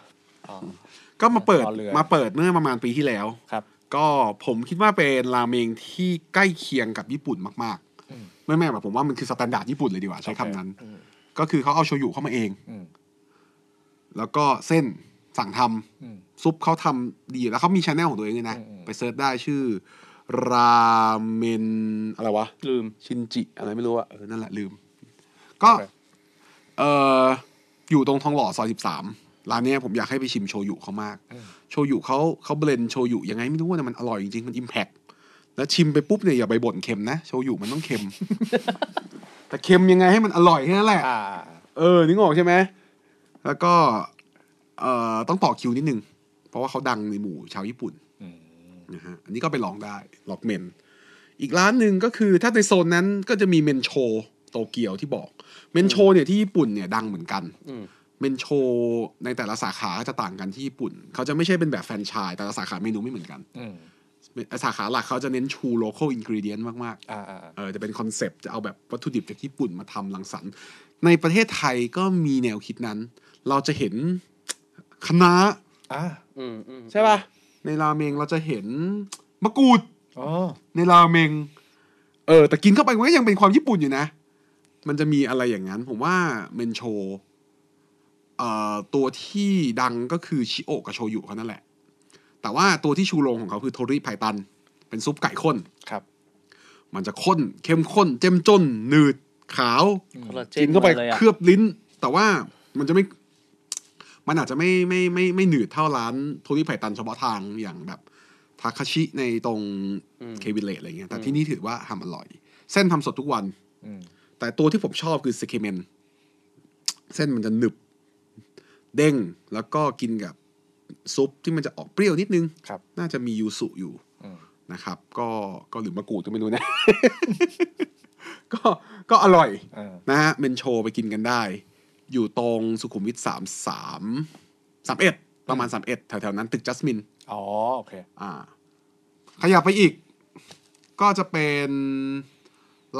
E: ก็มาเปิด
C: รอเรือ
E: มาเปิดเมื่อประมาณปีที่แล้ว
C: ครับ
E: ก็ผมคิดว่าเป็นราเมงที่ใกล้เคียงกับญี่ปุ่นมากๆไม่แม่แบบผมว่ามันคือสแตนดาร์ดญี่ปุ่นเลยดีกว่าใช้คำนั้น ก็คือเขาเอาโชยุเข้ามาเอง
C: อืม
E: แล้วก็เส้นสั่งทำ
C: อืม
E: ซุปเขาทำดีอยู่แล้วเขามีช anel ของตัวเองด้วยนะ ไปเซิร์ชได้ชื่อ ราเมนอะไรวะ
F: ๆลืม
E: ชินจิ อะไรไม่รู้อะเออ นั่นแหละ ลืม ก็ เอออยู่ตรงทองหล่อซอยสิบสามร้านเนี้ยผมอยากให้ไปชิมโชยุเขามาก โชยุเขาเขาเบลนด์โชยุยังไงไม่รู้นะมันอร่อยจริงๆ มันอิมแพคแล้วชิมไปปุ๊บเนี่ยอย่าไปบ่นเค็มนะ โชยุมันต้อง [LAUGHS] เค็ม แต่เค็มยังไงให้มันอร่อยแค่นั้นแหละ
C: อ่า
E: เออ นึกออกใช่ไหม แล้วก็ เอ่อ ต้องต่อคิวนิดนึง เพราะว่าเขาดังในหมู่ชาวญี่ปุ่นนะฮะ อันนี้ก็ไปลองได้ ลอกเมน อีกร้านหนึ่งก็คือถ้าในโซนนั้นก็จะมีเมนโชโตเกียวที่บอก เมนโชเนี่ยที่ญี่ปุ่นเนี่ยดังเหมือนกัน
F: อืม
E: เมนโชในแต่ละสาขาก็จะต่างกันที่ญี่ปุ่น เขาจะไม่ใช่เป็นแบบแฟรนไชส์แต่ละสาขาเมนูไม่เหมือนกัน
C: อืม
E: สาขาหลักเขาจะเน้นชูโลเคอลอินกรีเดียนมากๆ
C: อ่าอ่าอ่า
E: เออจะเป็นคอนเซปต์จะเอาแบบวัตถุดิบจากญี่ปุ่นมาทำรังสรรค์ ในประเทศไทยก็มีแนวคิดนั้น เราจะเห็นคณะน้า
C: อ่า
F: อืมอืม
E: ใช่ป่ะ ในราเมงเราจะเห็นมะกรูด
C: อ๋อ
E: ในราเมง เออ แต่กินเข้าไปมันก็ยังเป็นความญี่ปุ่นอยู่นะ มันจะมีอะไรอย่างนั้น ผมว่าเมนโชเอ่อตัวที่ดังก็คือชิโอะกับโชยุเขานั่นแหละ แต่ว่าตัวที่ชูโรงของเขาคือโทริไพตัน เป็นซุปไก่ข้น
C: ครับ
E: มันจะข้น เข้มข้น เจ้มจ้นหนืดขาว
F: คอลลาเจ
E: กิ
F: น
E: นเข้าไป
F: เลยอะ
E: เคลือบลิ้น แต่ว่ามันจะไม่ มันอาจจะไม่ไม่ไม่ไม่หนืดเท่าร้านโทนี่ไผ่ตันเฉพาะทางอย่างแบบทาคาชิในตรงเควิเลตอะไรเงี้ย แต่ที่นี่ถือว่าทำอร่อย เส้นทำสดทุกวัน
C: อืม
E: แต่ตัวที่ผมชอบคือสเคเมน เส้นมันจะหนึบ เด้ง แล้วก็กินกับซุปที่มันจะออกเปรี้ยวนิดนึง
C: ครับ
E: น่าจะมียูสุอยู่
C: อืม
E: นะครับ ก็ก็หรือมะกรูดก็ไม่รู้นะ [LAUGHS] ก็ก็อร่อย
C: อ่า
E: นะฮะเมนโชไปกินกันได้ อยู่ตรงสุขุมวิทสามสามสามเอ็ดประมาณสามเอ็ดแถวๆนั้นตึกจัสมิน
C: อ๋อ โอเค
E: อ่า ขยับไปอีก ก็จะเป็น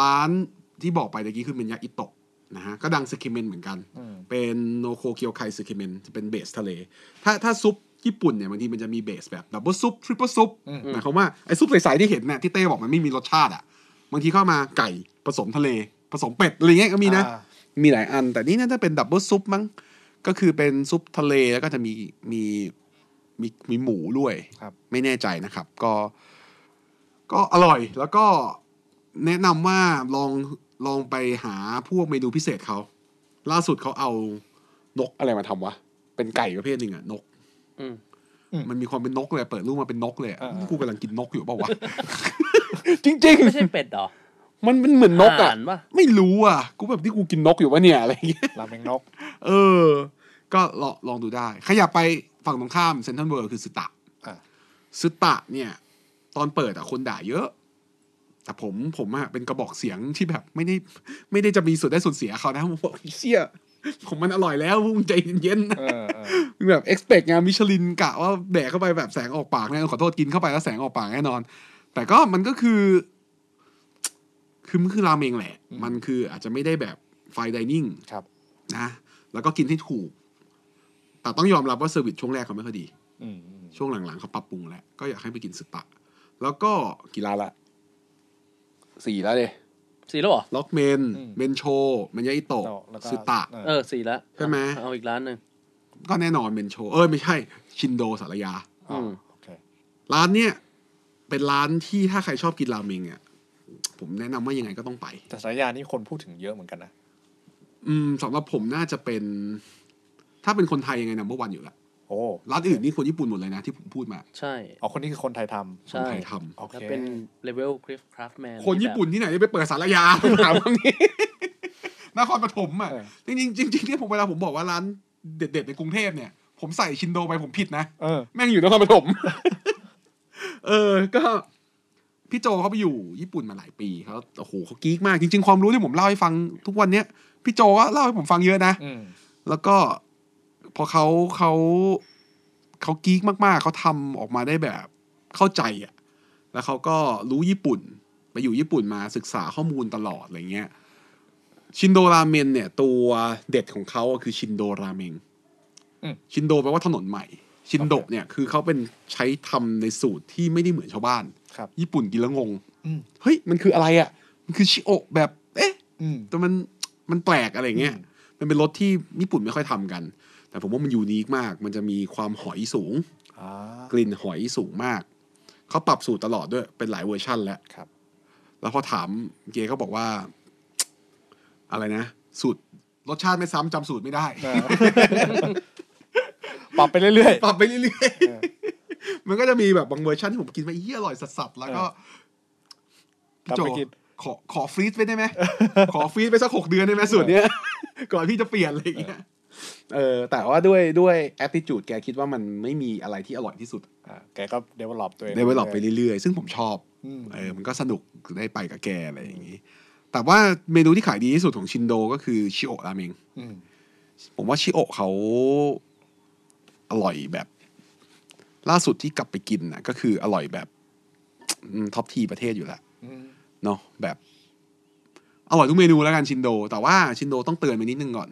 E: ร้านที่บอกไปตะกี้คือเมนยาอิโตะนะฮะ ก็ดังสึคิเมนเหมือนกัน เป็นโนโคเคียวไคสึคิเมนจะเป็นเบสทะเล ถ้าถ้าซุปญี่ปุ่นเนี่ยบางทีมันจะมีเบสแบบดับเบิลซุปทริปเปิลซุปหมายความว่าไอ้ซุปใสๆที่เห็นเนี่ยที่เต้บอกมันไม่มีรสชาติอ่ะ บางทีเข้ามาไก่ผสมทะเล ผสมเป็ดอะไรเงี้ยก็มีนะ
C: อ่า
E: [LAUGHS] มีหลายอัน แต่นี่น่าจะเป็นดับเบิลซุปมั้ง ก็คือเป็นซุปทะเลแล้วก็จะมีมี มีมีหมูด้วย
C: ครับ
E: ไม่แน่ใจนะครับ ก็ ก็อร่อย แล้วก็แนะนำว่าลองลองไปหาพวกเมนูพิเศษเขา ล่าสุดเขาเอานกอะไรมาทำวะ เป็นไก่ประเภทหนึ่งอะนก
F: อืม
E: มันมีความเป็นนกเลย เปิดรูปมาเป็นนกเลยอะ
C: อ่า
E: กูกำลังกินนกอยู่เปล่าวะ
C: [LAUGHS] จริง
F: ไม่ใช่เป็ดเหรอ
E: มันมันเหมือนนกอะ
F: อ่านปะ
E: ไม่รู้อะกูแบบที่กูกินนกอยู่วะเนี่ยอะไรอย่างเงี้ย
C: ๆราเมงนก
E: เออ ก็ลองลองดูได้ ขยับไปฝั่งตรงข้ามเซนทรัลเวิร์คือสุตะ
C: อ่ะ
E: สุตะเนี่ย ตอนเปิดอะคนด่าเยอะ แต่ผมผมอะเป็นกระบอกเสียงที่แบบไม่ได้ ไม่ได้จะมีส่วนได้ส่วนเสียเขานะผมบอกไอ้เชี่ย ของมันอร่อยแล้วพวกมึงใจเย็นๆนะ
C: เออเออ
E: มึงแบบ expect ไงมิชลินกะว่าแดกเข้าไปแบบแสงออกปากแน่นอนขอโทษกินเข้าไปแล้วแสงออกปากแน่นอน แต่ก็มันก็คือ คือมันคือราเมงแหละ มันคืออาจจะไม่ได้แบบไฟดิเนิ่ง
C: ครับ
E: นะแล้วก็กินให้ถูก แต่ต้องยอมรับว่าเซอร์วิสช่วงแรกเขาไม่ค่อยดี
C: อืมอืม
E: ช่วงหลังๆเขาปรับปรุงแล้ว ก็อยากให้ไปกินสตะ แล้วก็กีฬานละสี่แล้วเดย
F: สี่แล้วเหรอ
E: ล็อกเมน เมนโชเมนยาอิโตะ
C: แล้วก็
E: สตะ
C: เออ
F: เออสี่แล้ว
E: ใช่ไหม
F: เอาอีกร้านหนึ่ง
E: ก็แน่นอนเมนโช เออไม่ใช่ ชินโดสารยา
C: อ๋อ
F: อืม
C: โอเค
E: ร้านเนี่ย เป็นร้านที่ถ้าใครชอบกินราเมงอ่ะผมแนะนำว่ายังไงก็ต้องไป
C: แต่สายยานี่คนพูดถึงเยอะเหมือนกันนะ
E: อืมสำหรับผมน่าจะเป็น ถ้าเป็นคนไทยยังไงนัมเบอร์วันอยู่ละ
C: โอ้
E: ร้านอื่นนี่คนญี่ปุ่นหมดเลยนะที่ผมพูดมา
F: ใช่
C: เอาคนนี้คือคนไทย
E: คน
C: ทำ
F: ใช่
E: ไทยทำ
C: โอเค
F: แล้วเป็นเลเวลคริฟคราฟแมน
E: คนญี่ปุ่นที่ไหนจะไปเปิดสารยา ถามคำนี้ นครปฐมอ่ะ จริงๆจริงๆเนี่ยผมเวลาผมบอกว่าร้านเด็ด ๆ ในกรุงเทพเนี่ย ผมใส่ชินโดไปผมผิดนะ
C: เออ
E: แม่งอยู่นครปฐม เออ ก็ พี่โจเขาไปอยู่ญี่ปุ่นมาหลายปีเขาโอ้โหเขากี๊กมาก จริง ๆ ความรู้ที่ผมเล่าให้ฟังทุกวันเนี้ยพี่โจก็เล่าให้ผมฟังเยอะนะ
C: อืม
E: แล้วก็พอเขาเขาเขากีกมากๆ เขาทำออกมาได้แบบเข้าใจอ่ะ แล้วเขาก็รู้ญี่ปุ่น ไปอยู่ญี่ปุ่นมาศึกษาข้อมูลตลอดอะไรเงี้ย ชินโดราเมนเนี่ย ตัวเด็ดของเขาอะคือชินโดราเมงชินโดแปลว่าถนนใหม่ ชินโดะเนี่ยคือเขาเป็นใช้ทำในสูตรที่ไม่ได้เหมือนชาวบ้าน
C: ครับ
E: ญี่ปุ่นกินแล้วงง
C: อืม
E: เฮ้ยมันคืออะไรอ่ะ มันคือชิโอะแบบ เอ๊ะ
C: อืม
E: แต่มันมันแปลกอะไรเงี้ย มันเป็นรสที่ญี่ปุ่นไม่ค่อยทำกัน แต่ผมว่ามันยูนิคมาก มันจะมีความหอยสูง
C: อ่า
E: กลิ่นหอยสูงมาก เขาปรับสูตรตลอดด้วย เป็นหลายเวอร์ชั่นแล้ว
C: ครับ [LAUGHS]
E: แล้วพอถามเกย์เขาบอกว่า อะไรนะ สูตรรสชาติไม่ซ้ำจำสูตรไม่ได้ [LAUGHS]
C: เออปรับไปเรื่อย
E: ปรับไปเรื่อยๆ มันก็จะมีแบบบางเวอร์ชันที่ผมกินไปเยี่ยอร่อยสัสๆแล้วก็
C: ๆก
E: พี่
C: ลับ
E: โจ
C: ไปกิน
E: ขอขอฟรีซไว้ได้ไหม ขอฟรีซไปสักหกเดือนได้ไหมสูตรเนี้ย ก่อนพี่จะเปลี่ยนอะไรอย่างเงี้ยเออ แต่ว่าด้วยด้วยแอ t i t u d e แกคิดว่ามันไม่มีอะไรที่อร่อยที่สุด
C: อ่า แกก็เดเวลลอปตัวเอง
E: ได้ไว้หลอกไปเรื่อยๆ ซึ่งผมชอบ
C: อืม
E: เออ มันก็สนุกได้ไปกับแกอะไรอย่างงี้ แต่ว่าเมนูที่ขายดีที่สุดของชินโดก็คือชิโอะราเมง
C: อืม
E: ผมว่าชิโอะเขาอร่อยแบบ ล่าสุดที่กลับไปกินน่ะ ก็คืออร่อยแบบท็อปทีประเทศอยู่แล้ว
C: อืม
E: เนาะแบบ อร่อยทุกเมนูแล้วกันชินโด แต่ว่าชินโดต้องเตือนไปนิดนึงก่อน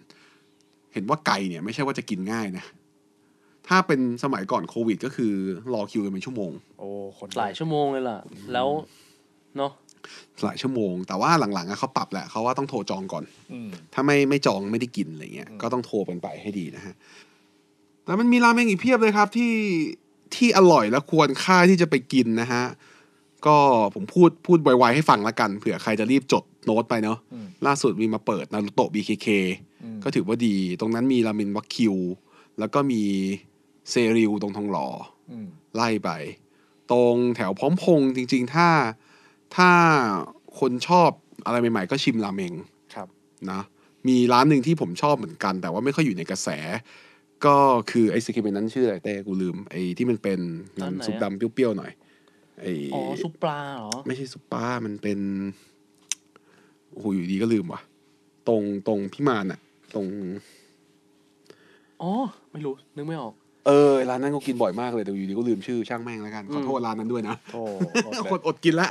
E: เห็นว่าไก่เนี่ย ไม่ใช่ว่าจะกินง่ายนะ ถ้าเป็นสมัยก่อนโควิด ก็คือรอคิวกันเป็นชั่วโมง
C: โอ้ คน
F: หลายชั่วโมงเลยล่ะ แล้วเนาะ
E: หลายชั่วโมง แต่ว่าหลังๆอะเขาปรับแหละเขาว่าต้องโทรจองก่อน
C: อืม
E: ถ้าไม่ไม่จองไม่ได้กินอะไรเงี้ยก็ต้องโทรกันไปให้ดีนะฮะ แต่มันมีราเมงอีกเพียบเลยครับที่ที่อร่อยและควรค่าที่จะไปกินนะฮะ ก็ผมพูดพูดไวๆให้ฟังละกันเผื่อใครจะรีบจดโน้ตไปเนาะ
C: อืม
E: ล่าสุดมีมาเปิดนารุโตะ BKK
C: อืม
E: ก็ถือว่าดี ตรงนั้นมีราเมงวักคิว แล้วก็มีเซริวตรงทองหล่อ
C: อืม
E: ไล่ไป ตรงแถวพร้อมพงษ์จริง ๆ ถ้าถ้าคนชอบอะไรใหม่ ๆ ก็ชิมราเมง
C: ครับ
E: นะมีร้านหนึ่งที่ผมชอบเหมือนกัน แต่ว่าไม่ค่อยอยู่ในกระแส ก็คือไอ้สกิมเป็นนั้นชื่ออะไรแต่กูลืมไอ้ที่มันเป็นน้ำซุปดำเปรี้ยวๆหน่อย ไอ้
F: อ๋อซุปปลาเหรอ
E: ไม่ใช่ซุปป้ามันเป็นโอ้โหอยู่ดีก็ลืมว่ะ ตรงตรงพิมานอะตรง
F: อ๋อ ไม่รู้ นึกไม่ออก
E: เออร้านนั้นก็กินบ่อยมากเลยแต่อยู่ดีก็ลืมชื่อช่างแม่งแล้วกันขอโทษร้านนั้นด้วยนะ
C: โธ่หมด
E: คน
C: เลย
E: อดกินละ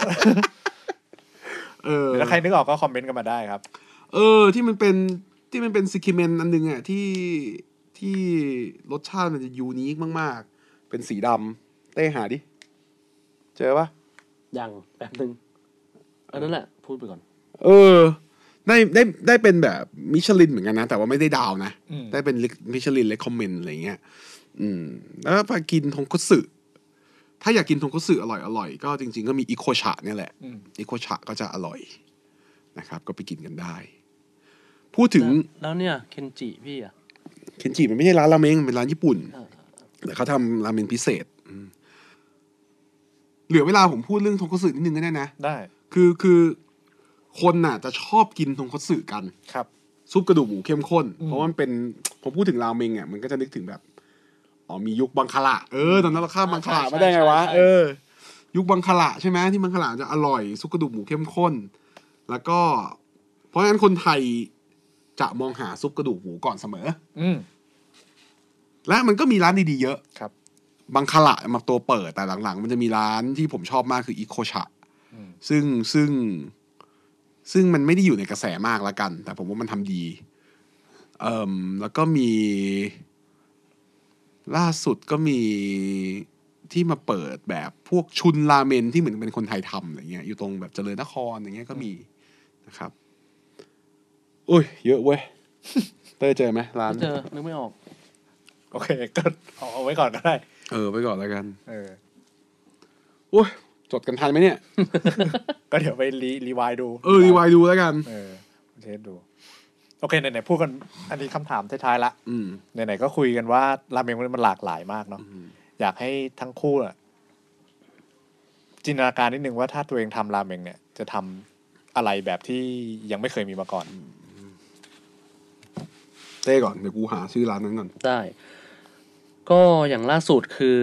E: เออ
C: แล้วใครนึกออกก็คอมเมนต์กันมาได้ครับ
E: เออที่มันเป็นที่มันเป็นซิคิเมนอันหนึงอ่ะที่ที่รสชาติมันจะยูนิคมาก ๆ เป็นสีดำเต้หาดิ เจอปะ
F: ยังแป๊บนึงอันนั้นแหละ พูดไปก่อน
E: เออ ได้ได้ได้เป็นแบบมิชลินเหมือนกันนะ แต่ว่าไม่ได้ดาวนะ
C: อืม
E: ได้เป็นมิชลินเลคคอมเมนอะไรเงี้ย อืม แล้วพอกินทงคุสึถ้าอยากกินทงคุสึอร่อยอร่อยๆก็จริง ๆ ก็มีอิโคชะเนี่ยแหละ
C: อืม
E: อิโคชะก็จะอร่อยนะครับ ก็ไปกินกันได้ พูดถึง
F: แล้วเนี่ย เคนจิพี่อ่ะ
E: เคนจิมันไม่ใช่ร้านราเมงมันเป็นร้านญี่ปุ่น
F: อ่า
E: แต่เขาทำราเมงพิเศษอืมเหลือเวลาผมพูดเรื่องทงคัตสึนิดนึงก็ได้นะ
C: ได้
E: คือคือคนน่ะ จะชอบกินทงคัตสึกัน
C: ครับ
E: ซุปกระดูกหมูเข้มข้น เพราะมันเป็นพอพูดถึงราเมงเนี่ยมันก็จะนึกถึงแบบอ๋อมียุคบังคละเออตอนนั้นเราข้ามบังคละ
F: ใช่
E: มาได้ไงวะ
F: ใช่ใช่
E: เออ ยุคบังคละใช่ไหมที่บังคละจะอร่อยซุปกระดูกหมูเข้มข้น แล้วก็ เพราะฉะนั้นคนไทย จะมองหาซุปกระดูกหมูก่อนเสมอ
C: อืม
E: และมันก็มีร้านดีๆเยอะ
C: ครับ
E: บางคละมาตัวเปิดแต่หลังๆ มันจะมีร้านที่ผมชอบมากคืออีโคชะซึ่งซึ่ง ซึ่งมันไม่ได้อยู่ในกระแสมากละกัน แต่ผมว่ามันทำดี เอ่มแล้วก็มี ล่าสุดก็มีที่มาเปิดแบบพวกชุนราเมนที่เหมือนเป็นคนไทยทำอะไรเงี้ยอยู่ตรงแบบเจริญนครอย่างเงี้ยก็มีนะครับอุ้ย เยอะเว้ย [LAUGHS] เต้ยเจอไหมร้าน
F: เจอนึกไม่ออก
C: โอเค ก็เอาเอาไว้ก่อนก็ได้
E: เออไปก่อนแล้วกัน
C: เออ
E: โอ้ยจดกันทันไหมเนี่ย
C: ก็เดี๋ยวไปรีรีวายดู
E: เออรีวายดูแล้วกัน
C: เออเทสดู โอเคไหนๆพูดกันอันนี้คำถามท้ายๆละ
E: อืม
C: ไหนๆก็คุยกันว่าราเมงมันหลากหลายมากเนาะอยากให้ทั้งคู่อะจินตนาการนิดนึงว่าถ้าตัวเองทำราเมงเนี่ย จะทำอะไรแบบที่ยังไม่เคยมีมาก่อน
E: เต้ก่อน เดี๋ยวกูหาชื่อร้านนั้นก่อน
F: ได้ ก็อย่างล่าสุดคือ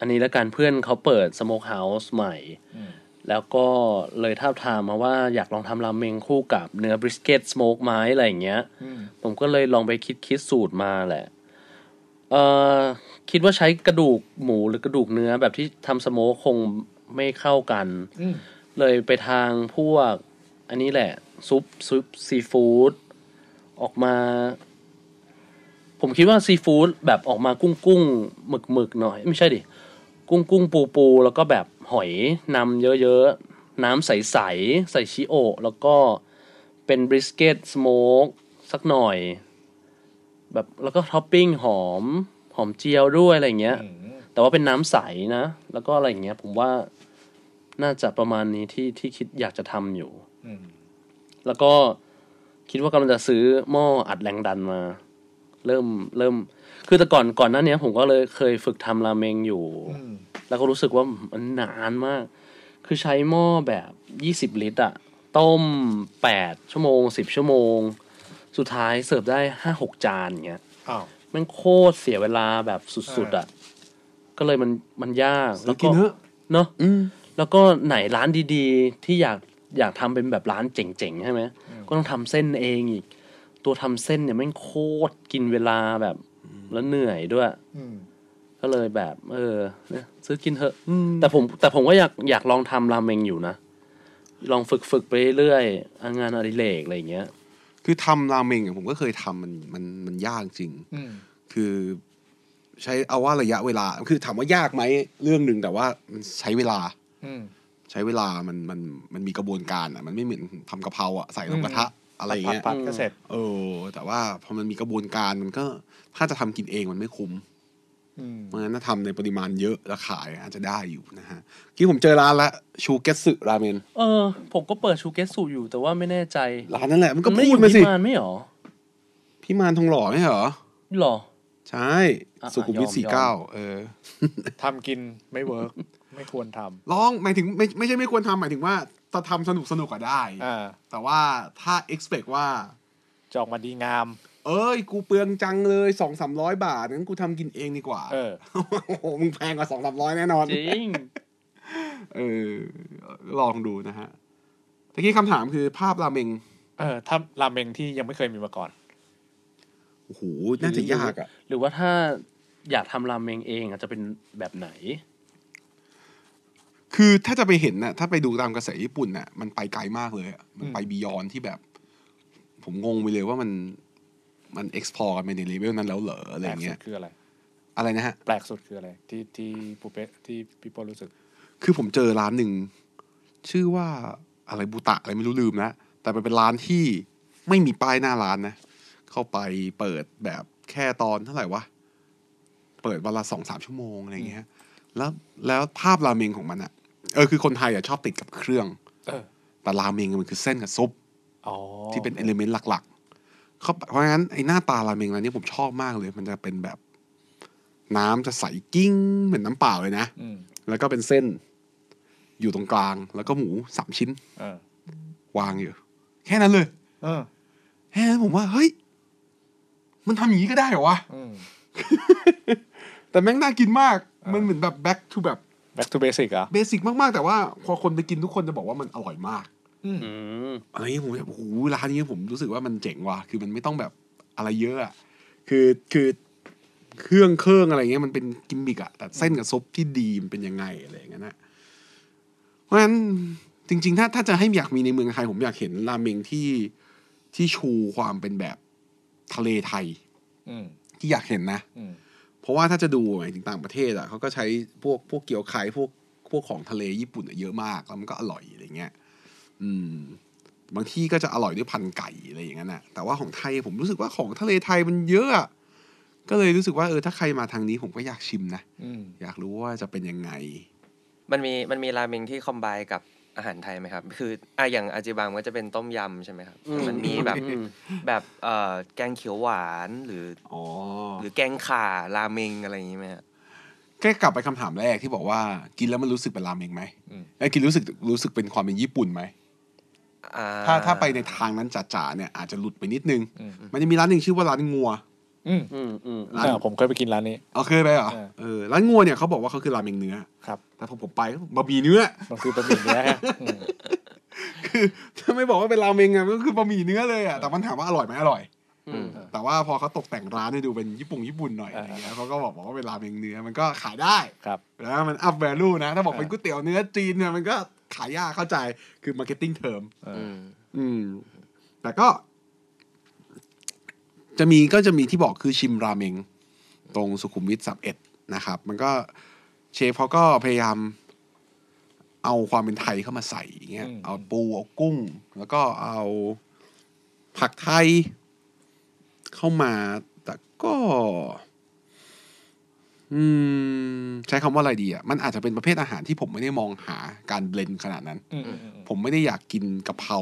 F: อันนี้ละกันเพื่อนเขาเปิดสโมกเฮาส์ใหม่
C: อืม
F: แล้วก็เลยท้าบทามมาว่าอยากลองทำราเมงคู่กับเนื้อบริสเกตสโมกไม้อะไรอย่างเงี้ย
C: อืม
F: ผมก็เลยลองไปคิดคิดสูตรมาแหละ เอ่อคิดว่าใช้กระดูกหมูหรือกระดูกเนื้อแบบที่ทำสโมกคงไม่เข้ากัน
C: อืม
F: เลยไปทางพวก อันนี้แหละ ซุปซุปซีฟู้ดออกมา ผมคิดว่าซีฟู้ดแบบออกมากุ้งกุ้งหมึกหมึกๆหน่อย ไม่ใช่ดิ กุ้งกุ้งปูปูแล้วก็แบบหอยนำเยอะๆ น้ำใส ๆ ใส่ชิโอ แล้วก็เป็นบริสเกตสโมกสักหน่อย แบบแล้วก็ท็อปปิ้งหอม หอมเจียวด้วยอะไรอย่างเงี้ย แต่ว่าเป็นน้ำใสนะ แล้วก็อะไรอย่างเงี้ย ผมว่าน่าจะประมาณนี้ที่ที่คิดอยากจะทำอยู่
C: อืม
F: แล้วก็คิดว่ากำลังจะซื้อหม้ออัดแรงดันมา เริ่มเริ่ม คือแต่ก่อนก่อนหน้าเนี้ย ผมก็เลยเคยฝึกทำราเมงอยู่
C: อืม
F: แล้วก็รู้สึกว่ามันนานมาก คือใช้หม้อแบบยี่สิบลิตรอะต้มแปดชั่วโมงสิบชั่วโมง สุดท้ายเสิร์ฟได้ห้าหกจานอย่างเงี้ย
C: อ้าว
F: แมันโคตรเสียเวลาแบบสุดๆอ่ะ ก็เลยมันมันยาก
E: ซื้อ
F: แล้ว
E: กินเถอะ
F: เนาะ
E: อืม
F: แล้วก็ไหนร้านดีๆ ที่อยากอยากทำเป็นแบบร้านเจ๋งๆ ใช่ไหมก็ต้องทำเส้นเองอีก ตัวทำเส้นเนี่ยแม่งโคตรกินเวลาแบบแล้วเหนื่อยด้วย
C: อืม
F: ก็เลยแบบ เออเนี่ยซื้อกินเถอะแต่ผมแต่ผมก็อยากอยากลองทำราเมงอยู่นะ ลองฝึกฝึกไปเรื่อยๆอ่ะงานอดิเรกอะไรอย่างเงี้ย
E: คือทำราเมงอ่ะผมก็เคยทำมันมันมันยากจริง
C: อืม
E: คือใช้เอาว่าระยะเวลา คือถามว่ายากไหมเรื่องหนึ่งแต่ว่ามันใช้เวลา
C: อืม
E: ใช้เวลามันมันมันมีกระบวนการอ่ะ มันไม่เหมือนทำกะเพราอ่ะใส่ลงกระทะอะไรอย่างเงี้ย
C: ผัดๆก็เสร็จ
E: เออ แต่ว่าพอมันมีกระบวนการมันก็ถ้าจะทำกินเองมันไม่คุ้ม
C: อืม
E: เพราะฉะนั้นถ้าทำในปริมาณเยอะและขายอาจจะได้อยู่นะฮะที่ผมเจอร้านละชูเกสึราเมน
F: เออ ผมก็เปิดชูเกสูอยู่แต่ว่าไม่แน่ใจ
E: ร้านนั่นแหละมันก็
F: น
E: พู
F: ไอ
E: ด
F: ยู่
E: มาสิ
F: ที่มานไม่หรอ
E: พี่มานทองหล่อไม่ใช่เหรอ
F: หรอ
E: ใช่
F: อ่ะ
E: สุขุมวิท
F: ยอม
E: สี่เก้าเออ
C: ทำกินไม่เวิร์ก ไม่ควรท
E: ลองหมายถึงไม่ไม่ใช่ไม่ควรทำหมายถึงว่าจะทำสนุกสนุกก็ได้
C: ำอ่า
E: แต่ว่าถ้า expect ว่า
C: จะออกมาดีงาม
E: เอ้ย กูเปลืองจังเลยสองสามร้อยบาทงั้นกูทำกินเองดีกว่า
C: เออ
E: โอ้โหมึงแพงกว่าสองสามร้อยแน่นอน
F: จริง
E: เออ ลองดูนะฮะตะกี้คำถามคือภาพราเมง
C: เออถ้าราเมงที่ยังไม่เคยมีมาก่อน
E: โอ้โหน่าจะยากอะ
F: หรือว่าถ้าอยากทำราเมงเองอาจจะเป็นแบบไหน
E: คือถ้าจะไปเห็นน่ะถ้าไปดูตามกระแสญี่ปุ่นน่ะมันไปไกลมากเลยอะมันไปบียอนที่แบบ ผมงงไปเลยว่ามันมัน explore กันไปในเลเวลนั้นแล้วเหรออะไร
C: แปล
E: อก ย่าง
C: สุ
E: เงี้
C: ด
E: ย
C: คืออะไร
E: อะไรนะฮะ
C: แปลกสุดคืออะไร ที่ที่ปูเป้ที่พี่โป้รู้สึก
E: คือผมเจอร้านหนึ่ง ชื่อว่าอะไรบูตะอะไรไม่รู้ลืมนะ แต่มันเป็นร้านที่ไม่มีป้ายหน้าร้านนะ เข้าไปเปิดแบบแค่ตอนเท่าไหร่วะ เปิดวันละสองสามชั่วโมงอะไรอย่างเงี้ย แล้วแล้วภาพราเมงของมันอะเออคือคนไทยอะชอบติดกับเครื่อง
C: เออ
E: แต่ราเมงมันคือเส้นกับซุป
C: อ๋อ
E: ที่เป็นเอลิเมนต์หลักๆเขาเพราะงั้นไอ้หน้าตาราเมงร้านนี้ผมชอบมากเลย มันจะเป็นแบบ น้ำจะใสกิ้ง เหมือนน้ำเปล่าเลยนะ
C: อืม
E: แล้วก็เป็นเส้น อยู่ตรงกลาง แล้วก็หมูสามชิ้น
C: เออ
E: วางอยู่ แค่นั้นเลย
C: เออ
E: แค่นั้นผมว่า เฮ้ย มันทำอย่างนี้ก็ได้เหรอวะ
C: อืม
E: แต่แม่งน่ากินมาก มันเหมือนแบบ back to แบบ
C: back to basic เหรอ่ะ
E: เบสิกมากๆ แต่ว่าพอคนไปกินทุกคนจะบอกว่ามันอร่อยมาก
F: อืม
E: อะไรเงี้ยผมแบบโอ้โหร้านนี้ผมรู้สึกว่ามันเจ๋งว่ะคือมันไม่ต้องแบบอะไรเยอะอะคือคือเครื่องเครื่องอะไรเงี้ยมันเป็นกิมมิกอะแต่เส้นกับซุปที่ดีมันเป็นยังไงอะไรอย่างเงี้ยนะเพราะฉะนั้นจริง ๆ ถ้าถ้าจะให้อยากมีในเมืองไทย ผมอยากเห็นราเมงที่ที่ชูความเป็นแบบทะเลไทย
C: อืม
E: ที่อยากเห็นนะ
C: อืม
E: เพราะว่าถ้าจะดูหมายถึงต่างประเทศอ่ะเขาก็ใช้พวกพวกเกี๊ยวไข่พวกพวกของทะเลญี่ปุ่นอะเยอะมากแล้วมันก็อร่อยอะไรเงี้ยอืม บางที่ก็จะอร่อยด้วยพันไก่อะไรอย่างนั้นน่ะ แต่ว่าของไทยผมรู้สึกว่าของทะเลไทยมันเยอะอะก็เลยรู้สึกว่าเออถ้าใครมาทางนี้ผมก็อยากชิมนะ
C: อืม
E: อยากรู้ว่าจะเป็นยังไง
D: มันมีมันมีราเมงที่คอมไบกับอาหารไทยไหมครับ คืออ่ะอย่างอาจิบังมันก็จะเป็นต้มยำใช่ไหมครับแต่มันมีแบบ
F: อืม
E: [LAUGHS]
D: แบบเอ่อแกงเขียวหวานหรือ
E: อ๋อ
D: หรือแกงข่าราเมงอะไรอย่างนี้ไหมฮะ
E: แค่กลับไปคำถามแรกที่บอกว่ากินแล้วมันรู้สึกเป็นราเมงไหม
C: อืม
E: แล้วกินรู้สึกรู้สึกเป็นความเป็นญี่ปุ่นไหม
D: อ่
E: ถ้าถ้าไปในทางนั้นจ๋าๆเนี่ยอาจจะหลุดไปนิดนึง
C: อืม
E: มันจะมีร้านหนึ่งชื่อว่าร้านงัว
C: อืม
F: อืมอืม
E: ร้าน
C: อ่าผมเคยไปกินร้านนี้
E: เอาเคยไปเหรอ
C: เออ
E: เออร้านงัวเนี่ยเขาบอกว่าเขาคือราเมงเนื้อ
C: ครับ
E: แต่ผมผมไปบะหมี่เนื้อ [LAUGHS]
C: มันคือบะหมี่เนื้อฮะอืม
E: คือถ้าไม่บอกว่าเป็นราเมงอะมันก็คือบะหมี่เนื้อเลยอะแต่มันถามว่าอร่อยไหมอร่อย
D: อืม
E: แต่ว่าพอเขาตกแต่งร้านให้ดูเป็นญี่ปุ่นญี่ปุ่นหน่อยอะไรเงี้ยเขาก็บอกว่าเป็นราเมงเนื้อมันก็ขายได้
C: ครับ
E: นะมันอัพแวลูนะ ถ้าบอกเป็น
C: เออ
E: ก๋วยเตี๋ยวเนื้อจีนเนี่ยมันก็ขายยากเข้าใจคือมาร์เก็ตติ้งเทอม
C: เอ
D: อื
C: อ
D: ม
E: อืม แต่ก็ จะมีก็จะมีที่บอกคือชิมราเมง ตรงสุขุมวิทสามเอ็ดนะครับ มันก็เชฟเขาก็พยายาม เอาความเป็นไทยเข้ามาใส่อย่างเงี้ยเอาปูเอากุ้ง แล้วก็เอาผักไทย เข้ามา แต่ก็ อืม ใช้คำว่าอะไรดีอ่ะ มันอาจจะเป็นประเภทอาหารที่ผมไม่ได้มองหาการเบลนด์ขนาดนั้น
C: อืมอืมอืม
E: ผมไม่ได้อยากกินกะเพรา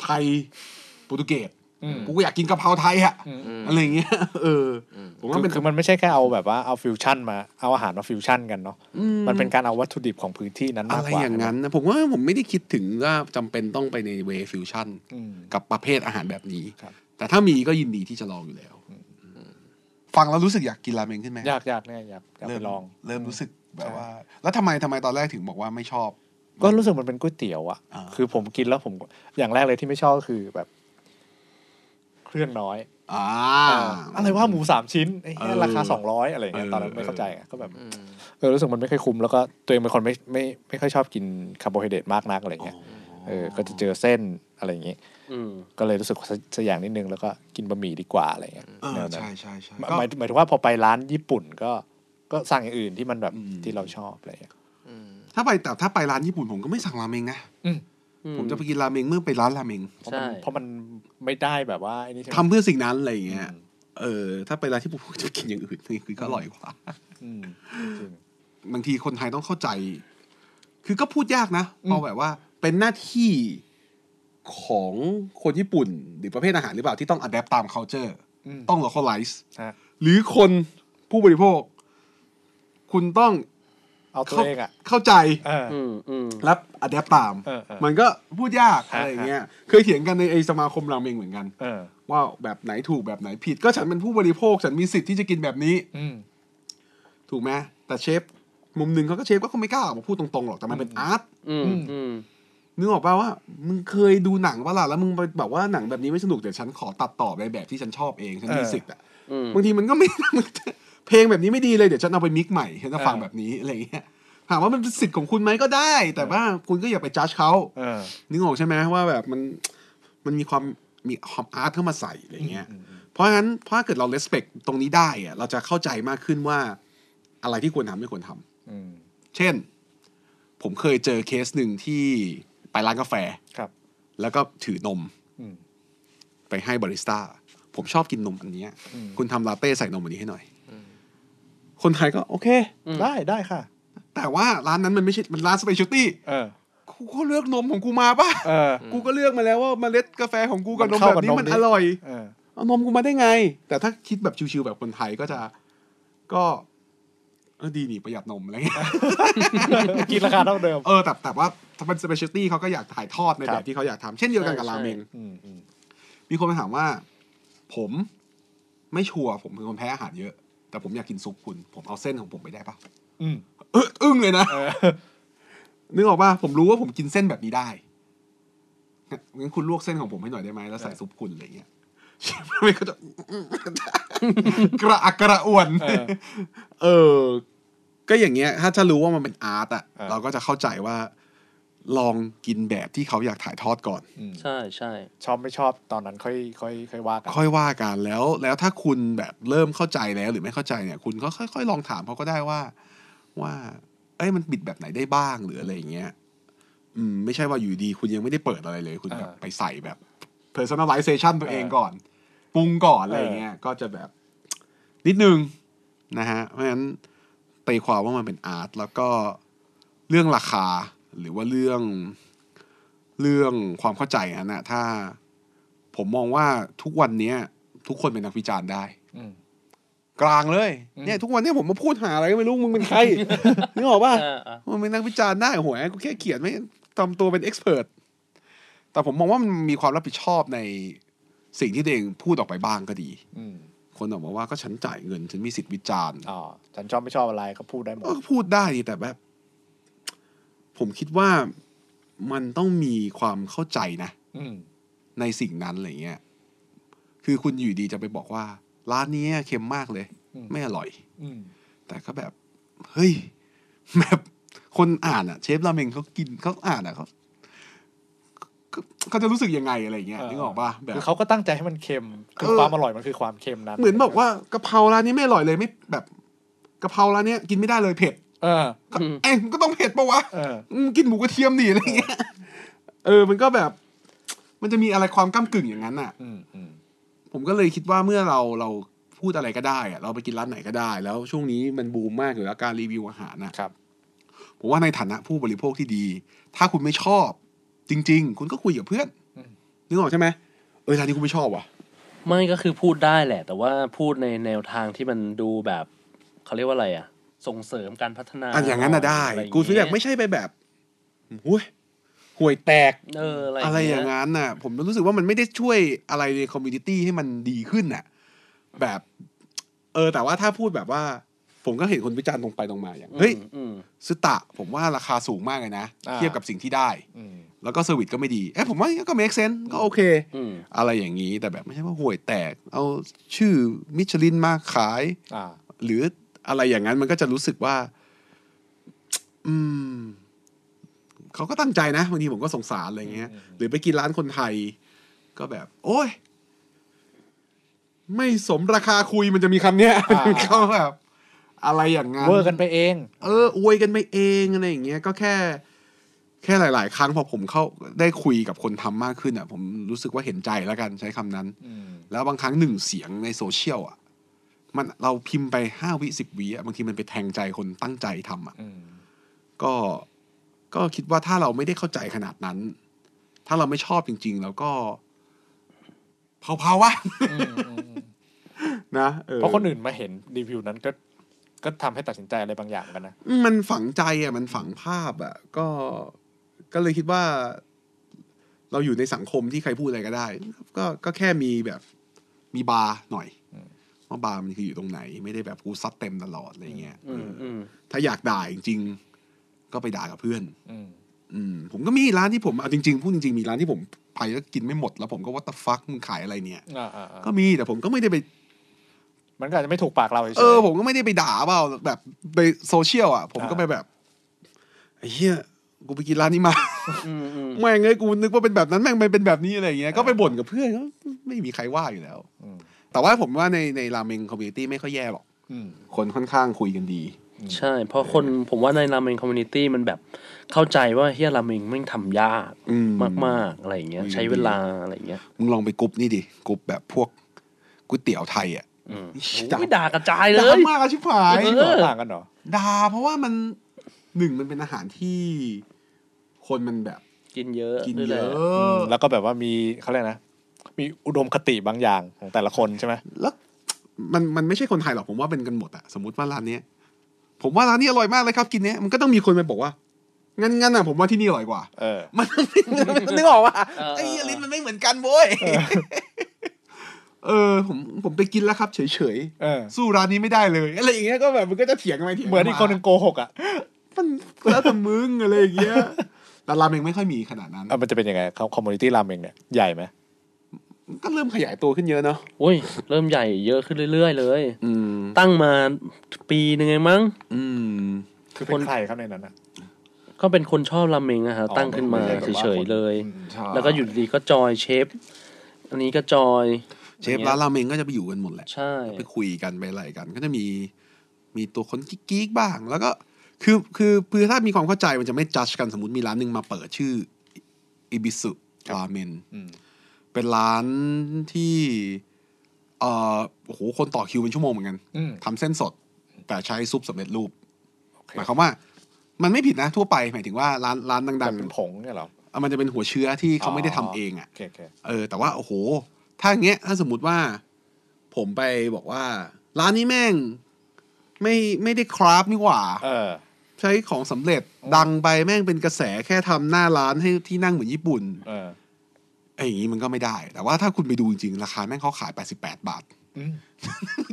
E: ไทยโปรตุเกส
C: อืม
E: กูก็อยากกินกะเพราไทยอะ
D: อืม
E: อะไรอย่างเงี้ย [LAUGHS] เอออ
D: ม
E: ผม
C: คื
E: ว่า
C: อ
E: เป็น
C: คือมันไม่ใช่แค่เอาแบบว่าเอาฟิวชั่นมาเอาอาหารมาฟิวชั่นกันเนาะมันเป็นการเอาวัตถุดิบของพื้นที่นั้นมา
E: อะ
C: ก
E: ไร
C: กว่า
E: อย่างนั้นนะผมว่าผมไม่ได้คิดถึงว่าจำเป็นต้องไปในเวฟิวชั่น
C: อืม
E: กับประเภทอาหารแบบนี้
C: ครับ
E: แต่ถ้ามีก็ยินดีที่จะลองอยู่แล้ว ฟังแล้วรู้สึกอยากกินราเมงขึ้นไหม
C: ยากยากเนี่ยอยากอยาก
E: เริ่
C: ไป
E: ม
C: ลอง
E: เริ่มรู้สึกแบบว่า แล้วทำไมทำไมตอนแรกถึงบอกว่าไม่ชอบ
C: ก็รู้สึกมันเป็นก๋วยเตี๋ยวอะ
E: อ่า
C: คือผมกินแล้วผมก็อย่างแรกเลยที่ไม่ชอบก็คือแบบ เครื่องน้อย
E: อ่า
C: อะไรว่าหมูสามชิ้นไอ้เหี้ย
E: เออ
C: ราคาสองร้อยอะไรอย่างเงี้ย
E: เออ
C: ตอนนั้นไม่เข้าใจอะก็แบบ
D: อืม
C: เออรู้สึกมันไม่ค่อยคุ้มแล้วก็ตัวเองเป็นคนไม่ไม่ไม่ค่อยชอบกินคาร์โบไฮเดรตมากนักอะไรเงี้ยเออก็จะเจอเส้นอะไรอย่างงี้
F: อืม
C: ก็เลยรู้สึกสะสะอย่างนิดนึงแล้วก็กินบะหมี่ดีกว่าอะไรเงี้ย
E: เออ
C: แนวนั้น
E: ใช่ใช่ใช่
C: หมาย
E: ก็
C: หมายหมายถึงว่าพอไปร้านญี่ปุ่นก็ก็สั่งอย่างอื่นที่มันแบบ
E: อืม
C: ที่เราชอบอะไรเงี้ย
D: อืม
E: ถ้าไปแต่ถ้าไปร้านญี่ปุ่นผมก็ไม่สั่งราเมงนะ ผมจะไปกินราเมงเมื่อไปร้านราเมง
C: เพราะมัน
F: ใช่
C: เพราะมันไม่ได้แบบว่าไอ้นี่ใช่ไหม
E: ทำเพื่อสิ่งนั้นอะไรอย่างเงี้ย เออ ถ้าไปร้านที่ผมจะกินอย่างอื่นนี่คือก็อร่อยกว่า
C: อืมจริง
E: บางทีคนไทยต้องเข้าใจ คือก็พูดยากนะพอแบบว่า เป็นหน้าที่ของคนญี่ปุ่น หรือประเภทอาหารหรือเปล่าที่ต้อง adapt ตาม culture
C: อืม
E: ต้อง localize
C: ฮะ
E: หรือคนผู้บริโภค คุณต้อง
C: เอาตัว
E: เข้า
C: เองอ่ะ
E: เข้าใจ
C: เออ
F: อืมอืม
E: รับอัดแอปตาม
C: เออเออ
E: มันก็พูดยากอะ
C: ฮะ
E: ไรอย่างเงี้ย เคยเถียงกันในไอสมาคมราเมงเหมือนกัน
C: เออ
E: ว่าแบบไหนถูกแบบไหนผิด ก็ฉันเป็นผู้บริโภค ฉันมีสิทธิ์ที่จะกินแบบนี้
C: อืม
E: ถูกไหมแต่เชฟ มุมหนึ่งเขาก็เชฟก็คงไม่กล้าออกมาพูดตรงๆหรอก แต่มันเป็นอาร์ต
F: อืม อืม
E: นึกออกป่าว่า มึงเคยดูหนังปะล่ะแล้วมึงไปแบบว่าหนังแบบนี้ไม่สนุกเดี๋ยวฉันขอตัดต่อในแบบที่ฉันชอบเอง ฉันมี
C: เออ
E: สิทธิ์อ่ะ
F: อืม
E: บางทีมันก็ไม่ [LAUGHS] เพลงแบบนี้ไม่ดีเลยเดี๋ยวฉันเอาไปมิกใหม่ฉันจะฟังแบบนี้อะไรอย่างเงี้ยถามว่ามันเป็นสิทธิ์ของคุณไหมก็ได้ แต่ว่าคุณก็อย่าไปจัดเขา
C: เออ
E: นึกออกใช่ไหมว่าแบบมันมันมีความมีความอาร์ตเข้ามาใส่อะไรเงี้ย เพราะฉะนั้นถ้าเกิดเราเลสเ c t ตรงนี้ได้อะเราจะเข้าใจมากขึ้นว่า อะไรที่ควรทำไม่ควรทำ
C: อืม
E: เช่น ผมเคยเจอเคสหนึ่งที่ไปร้านกาแฟ
C: ครับ
E: แล้วก็ถือนม
C: อืม
E: ไปให้บาริสต้า ผมชอบกินนมอันเนี้ย คุณทำลาเต้ใส่นมอันนี้ให้หน่อย คนไทยก็โอเค
C: ได้ได้ค่ะ
E: แต่ว่าร้านนั้นมันไม่ใช่มันร้านสเปเชียลตี้
C: เออ
E: กูก็เลือกนมของกูมาป่ะ
C: เออ
E: กูก็เลือกมาแล้วว่าเมล็ดกาแฟของกูกับ
C: มัน
E: นม
C: เข้า
E: แบบ
C: กับ
E: นี้
C: นม
E: มัน
C: นี้
E: อร่อย
C: เออ
E: เอานมกูมาได้ไง แต่ถ้าคิดแบบชิวๆแบบคนไทยก็จะ ก็เออดีนี่ประหยัดนมอะไรเงี้ย
C: กินราคาเท่าเดิม
E: เออแต่แต่ว่าถ้าเป็นสเปเชียลตี้เขาก็อยากถ่ายทอดใน
C: ค
E: แบ
C: รั
E: บบ ที่เขาอยากทำเช่นเดียวกันกับ
F: ใช่
E: ราเมง
C: อืมอืม
E: มีคนมาถามว่า ผมไม่ชัวร์ผมเป็นคนแพ้อาหารเยอะ แต่ผมอยากกินซุปคุณ ผมเอาเส้นของผมไปได้ปะ
C: อืม
E: เอออึ้งเลยนะ
C: เออ
E: นึกออกป่ะผมรู้ว่าผมกินเส้นแบบนี้ได้ งั้นคุณลวกเส้นของผมให้หน่อยได้ไหมแล้วใส่ซุปคุณอะไรเงี้ย [LAUGHS] ไม่ก็จะกระอักกระอ่วน
C: เออ
E: เออ ก็อย่างเงี้ย ถ้าจะรู้ว่ามันเป็นอาร์ตอ่ะ
C: เออ
E: เราก็จะเข้าใจว่า ลองกินแบบที่เขาอยากถ่ายทอดก่อน
C: อืม
F: ใช่ใช่
C: ชอบไม่ชอบตอนนั้นค่อยค่อยค่อยว่ากัน
E: ค่อยว่ากันแล้ว แล้วถ้าคุณแบบเริ่มเข้าใจแล้วหรือไม่เข้าใจเนี่ย คุณก็ค่อย ๆ ลองถามเขาก็ได้ว่า ว่า เอ้ยมันบิดแบบไหนได้บ้างหรืออะไรอย่างเงี้ย อืม ไม่ใช่ว่าอยู่ดีคุณยังไม่ได้เปิดอะไรเลย คุณแบบไปใส่แบบ personalization ตัวเองก่อนปรุงก่อนอะไรอย่างเงี้ยก็จะแบบ นิดนึงนะฮะ เพราะฉะนั้นตีความว่ามันเป็นอาร์ตแล้วก็เรื่องราคา หรือว่าเรื่องเรื่องความเข้าใจอันนะถ้า ผมมองว่าทุกวันเนี้ย ทุกคนเป็นนักวิจารณ์ได้
C: อืม
E: กลางเลย เนี่ย ทุกวันเนี้ยผมมาพูดหาอะไรก็ไม่รู้มึงเป็นใค [LAUGHS] ร นึกออกป่ะ
F: เออเออ
E: มันเป็นนักวิจารณ์ได้โหยกูแค่เขียนไม่ทำตัวเป็นเอ็กซ์เพรสแต่ผมมองว่ามันมีความรับผิดชอบในสิ่งที่ตัวเองพูดออกไปบ้างก็ดี
C: อืม
E: คนออกมาว่าก็ฉันจ่ายเงิน ฉันมีสิทธิ์วิจารณ์
C: อ๋อฉันชอบไม่ชอบอะไรก็พูดได้หมด
E: ก็พูดได้ดีแต่แบบ ผมคิดว่ามันต้องมีความเข้าใจนะ
C: อืม
E: ในสิ่งนั้นอะไรเงี้ย คือคุณอยู่ดีจะไปบอกว่า ร้านนี้เค็มมากเลย
C: อืม
E: ไม่อร่อย
C: อืม
E: แต่ก็แบบ เฮ้ย แบบคนอ่านอะเชฟราเมงเขากินเขาอ่านอะเขาเขาเขาจะรู้สึกยังไงอะไรเงี้ย
C: เออ
E: นึกออกปะแบบ
C: คือเขาก็ตั้งใจให้มันเค็มคือ
E: เออ
C: ความอร่อยมันคือความเค็มนั้น
E: เหมือนบอกว่ากะเพราร้านนี้ไม่อร่อยเลยไม่แบบกะเพราร้านเนี้ยกินไม่ได้เลยเผ็ด
C: เออ
E: ก็เอ้ยมันก็ต้องเผ็ดปะวะ
C: เออ
E: มึงกินหมูกระเทียมดิอะไรเงี้ยเออ มันก็แบบ มันจะมีอะไรความก้ากึ่งอย่างนั้นอะ
C: อืมอืม
E: ผมก็เลยคิดว่าเมื่อเราเราพูดอะไรก็ได้อะเราไปกินร้านไหนก็ได้ แล้วช่วงนี้มันบูมมากอยู่แล้วการรีวิวอาหารนะครับ ผมว่าในฐานะผู้บริโภคที่ดี ถ้าคุณไม่ชอบ จริง ๆ คุณก็คุยกับเพื่อน
C: อืม
E: นึกออกใช่ไหมเออร้านนี้กูไม่ชอบว่ะ
F: ไม่ก็คือพูดได้แหละ แต่ว่าพูดในแนวทางที่มันดูแบบเขาเรียกว่าอะไรอ่ะ ส่งเสริมการพัฒนา
E: อันอย่างนั้นน่ะได้
F: อะไรอย่าง
E: กู
F: เงี้ย
E: ซื้ออยากไม่ใช่ไปแบบหุยห่วยแตก
F: เออ
E: อะ
F: อะไร ไร
E: อย่
F: อา
E: ย่าง ง
F: เงี้ย
E: นั้นน่ะ ผมรู้สึกว่ามันไม่ได้ช่วยอะไรในคอมมูนิตี้ให้มันดีขึ้นน่ะ แบบ เออ แต่ว่าถ้าพูดแบบว่า ผมก็เห็นคนวิจารณ์ตรงไปตรงมาอย่างเฮ้ย
F: อืมอืม
E: ซึตะผมว่าราคาสูงมากเลยนะ
C: อ่า
E: เทียบกับสิ่งที่ได้
C: อืม
E: แล้วก็เซอร์วิสก็ไม่ดี เอ้ยผมว่าก็ make sense ก็โอเค
F: อืม
E: อะไรอย่างนี้แต่แบบไม่ใช่ว่าห่วยแตก เอาชื่อมิชลินมาขาย
C: อ่า
E: หรืออะไรอย่างนั้นมันก็จะรู้สึกว่า อืมเขาก็ตั้งใจนะบางทีผมก็สงสารอะไรเงี้ย
C: อืมอืม
E: หรือไปกินร้านคนไทย ก็แบบ โอ้ย ไม่สมราคาคุยมันจะมีคำเนี้ยมัน [LAUGHS] ก็แบบ อะไรอย่างงั้น
C: เวอร์กันไปเอง
E: เอออวยกันไปเองอะไรอย่างเงี้ยก็แค่ แค่หลาย ๆ ครั้งพอผมเข้าได้คุยกับคนทำมากขึ้นอ่ะ ผมรู้สึกว่าเห็นใจแล้วกันใช้คำนั้น
C: อืม
E: แล้วบางครั้งหนึ่งเสียงในโซเชียลอ่ะ มันเราพิมพ์ไปห้าวิสิบวิอ่ะบางทีมันไปแทงใจคนตั้งใจทำอ่ะ
C: อืม
E: ก็ก็คิดว่าถ้าเราไม่ได้เข้าใจขนาดนั้น ถ้าเราไม่ชอบจริง ๆ แล้วก็ เผาๆวะ [LAUGHS] นะออ
C: เพราะคนอื่นมาเห็นรีวิวนั้นก็ก็ทำให้ตัดสินใจอะไรบางอย่างกันนะ
E: มันฝังใจอ่ะมันฝังภาพอ่ะ ก็ก็เลยคิดว่า เราอยู่ในสังคมที่ใครพูดอะไรก็ได้ ก็ก็แค่มีแบบมีบาร์หน่อยว่าบาร์มันคืออยู่ตรงไหน ไม่ได้แบบกูซัดเต็มตลอดอะไรเงี้ย
F: อืมอืม
E: ถ้าอยากด่าจริงๆ ก็ไปด่ากับเพื่อน
C: อืม
E: อืมผมก็มีร้านที่ผมเอาจริงๆพูดจริงๆมีร้านที่ผมไปแล้วกินไม่หมด แล้วผมก็ว่าตะฟักมึงขายอะไรเนี่ย
C: อ่าอ่าอ่า
E: ก็มีแต่ผมก็ไม่ได้ไป
C: มันก็อาจจะไม่ถูกปากเราฉยๆ
E: เออผมก็ไม่ได้ไปด่าเปล่าแบบไปโซเชียลอ่ะ ผมก็ไปแบบไอ้เหี้ยกูไปกินร้าน [LAUGHS] นี้มา
F: อืมอืม
E: แม่งเอ้ยกูนึกว่าเป็นแบบนั้นแม่งไปเป็นแบบนี้อะไรอย่างเงี้ยก็ไปบ่นกับเพื่อนก็ไม่มีใครว่าอยู่แล้ว
C: อืม
E: แต่ว่าผมว่าในในราเมงคอมมูนิตี้ไม่ค่อยแย่หรอก
C: อืม
E: คนค่อนข้างคุยกันดี
F: ใช่ เพราะคนผมว่าในราเมงคอมมูนิตี้มันแบบเข้าใจว่าเฮียราเมงแม่งทำยาก
E: อืม
F: มากๆอะไรอย่างเงี้ย ใช้เวลาอะไรอย่างเงี้ย
E: มึงลองไปกรุ๊ปนี่ดิกรุ๊ปแบบพวกก๋วยเตี๋ยวไทยอ่ะ
F: อืม
E: ด่า
F: ไม่ด่ากระจายเล
E: ด่าย มากอะชิบหาย
F: เออ
C: ต่างกันเหรอ
E: ด่าเพราะว่ามันหนึ่งมันเป็นอาหารที่คนมันแบบ
F: กินเยอะ
E: กิน
F: ด้วย
E: เย
F: แหละ
E: อะ
C: แล้วก็แบบว่ามีเขาเรียกนะ มีอุดมคติบางอย่างของแต่ละคนใช่ไหม
E: แล้วมันมันไม่ใช่คนไทยหรอกผมว่าเป็นกันหมดอะสมมติว่าร้านเนี้ยผมว่าร้านนี้อร่อยมากเลยครับ กินเนี้ยมันก็ต้องมีคนไปบอกว่างั้นงั้นอะผมว่าที่นี่อร่อยกว่า
C: เออ
E: มัน นึกออกว่าไอ้เหี้ยลิ้นมันไม่เหมือนกันโว้ยเออ ผมผมไปกินแล้วครับ เฉย
C: เออ
E: ๆสู้ร้านนี้ไม่ได้เลยอะไรอย่างเงี้ยก็แบบมันก็จะเถียงกันไปเถียง
C: เหมือนอีกคนหนึ่งโกหกอ่ะ
E: มันแล้วแต่มึงอะไรอย่างเงี้ย แต่ราเมงไม่ค่อยมีขนาดนั้น
C: อ่ะมันจะเป็นยังไงครับคอมมูนิตี้ราเมงเนี่ยใหญ่ไหม
E: ก็เริ่มขยายตัวขึ้นเยอะเนาะ
F: โอ้ย เริ่มใหญ่เยอะขึ้นเรื่อยๆเลย
E: อืม
F: ตั้งมาปีหนึ่งเองมั้ง
E: อืม
C: คือเป็นใครครับในนั้นอ่ะ
F: ก็เป็นคนชอบราเมงอะฮะตั้งขึ้นมา
C: ไใช่แบบว่า
F: เฉยๆเลย
C: อืม
F: แล้วก็อยู่ดีๆก็จอยเชฟ อันนี้ก็จอย
E: เชฟร้านราเมงก็จะไปอยู่กันหมดแหละ
F: ใช่
E: ไปคุยกันไปอะไรกัน ก็จะมีมีตัวคนกิ๊กๆบ้าง แล้วก็คือคือคือถ้ามีความเข้าใจมันจะไม่จัดกันสมมติมีร้านหนึ่งมาเปิดชื่ออิบิสุราเมน
C: อืม
E: เป็นร้านที่เอ่อโอ้โหคนต่อคิวเป็นชั่วโมงเหมือนกัน
C: อืม
E: ทำเส้นสด แต่ใช้ซุปสำเร็จรูป
C: เค
E: หมายความว่า มันไม่ผิดนะทั่วไป หมายถึงว่าร้านร้านดั
C: แต่
E: ง
C: เป็นผงเนี่ยเหรอ
E: ๆอ่ะมันจะเป็นหัวเชื้อที่เขาไม่ได้ทำเองอ่ะ
C: โอเคโอเค
E: เออแต่ว่าโอ้โห ถ้าอย่างเงี้ยถ้าสมมติว่า ผมไปบอกว่า ร้านนี้แม่ง ไม่ไม่ได้คราฟนี่หว่า
C: เออ
E: ใช้ของสำเร็จดังไปแม่งเป็นกระแสแค่ทำหน้าร้านให้ที่นั่งเหมือนญี่ปุ่น
C: เออ
E: ไอ้อย่างงี้มันก็ไม่ได้ แต่ว่าถ้าคุณไปดูจริงๆ ราคาแม่งเขาขาย 88 บาท [LAUGHS]
C: อืม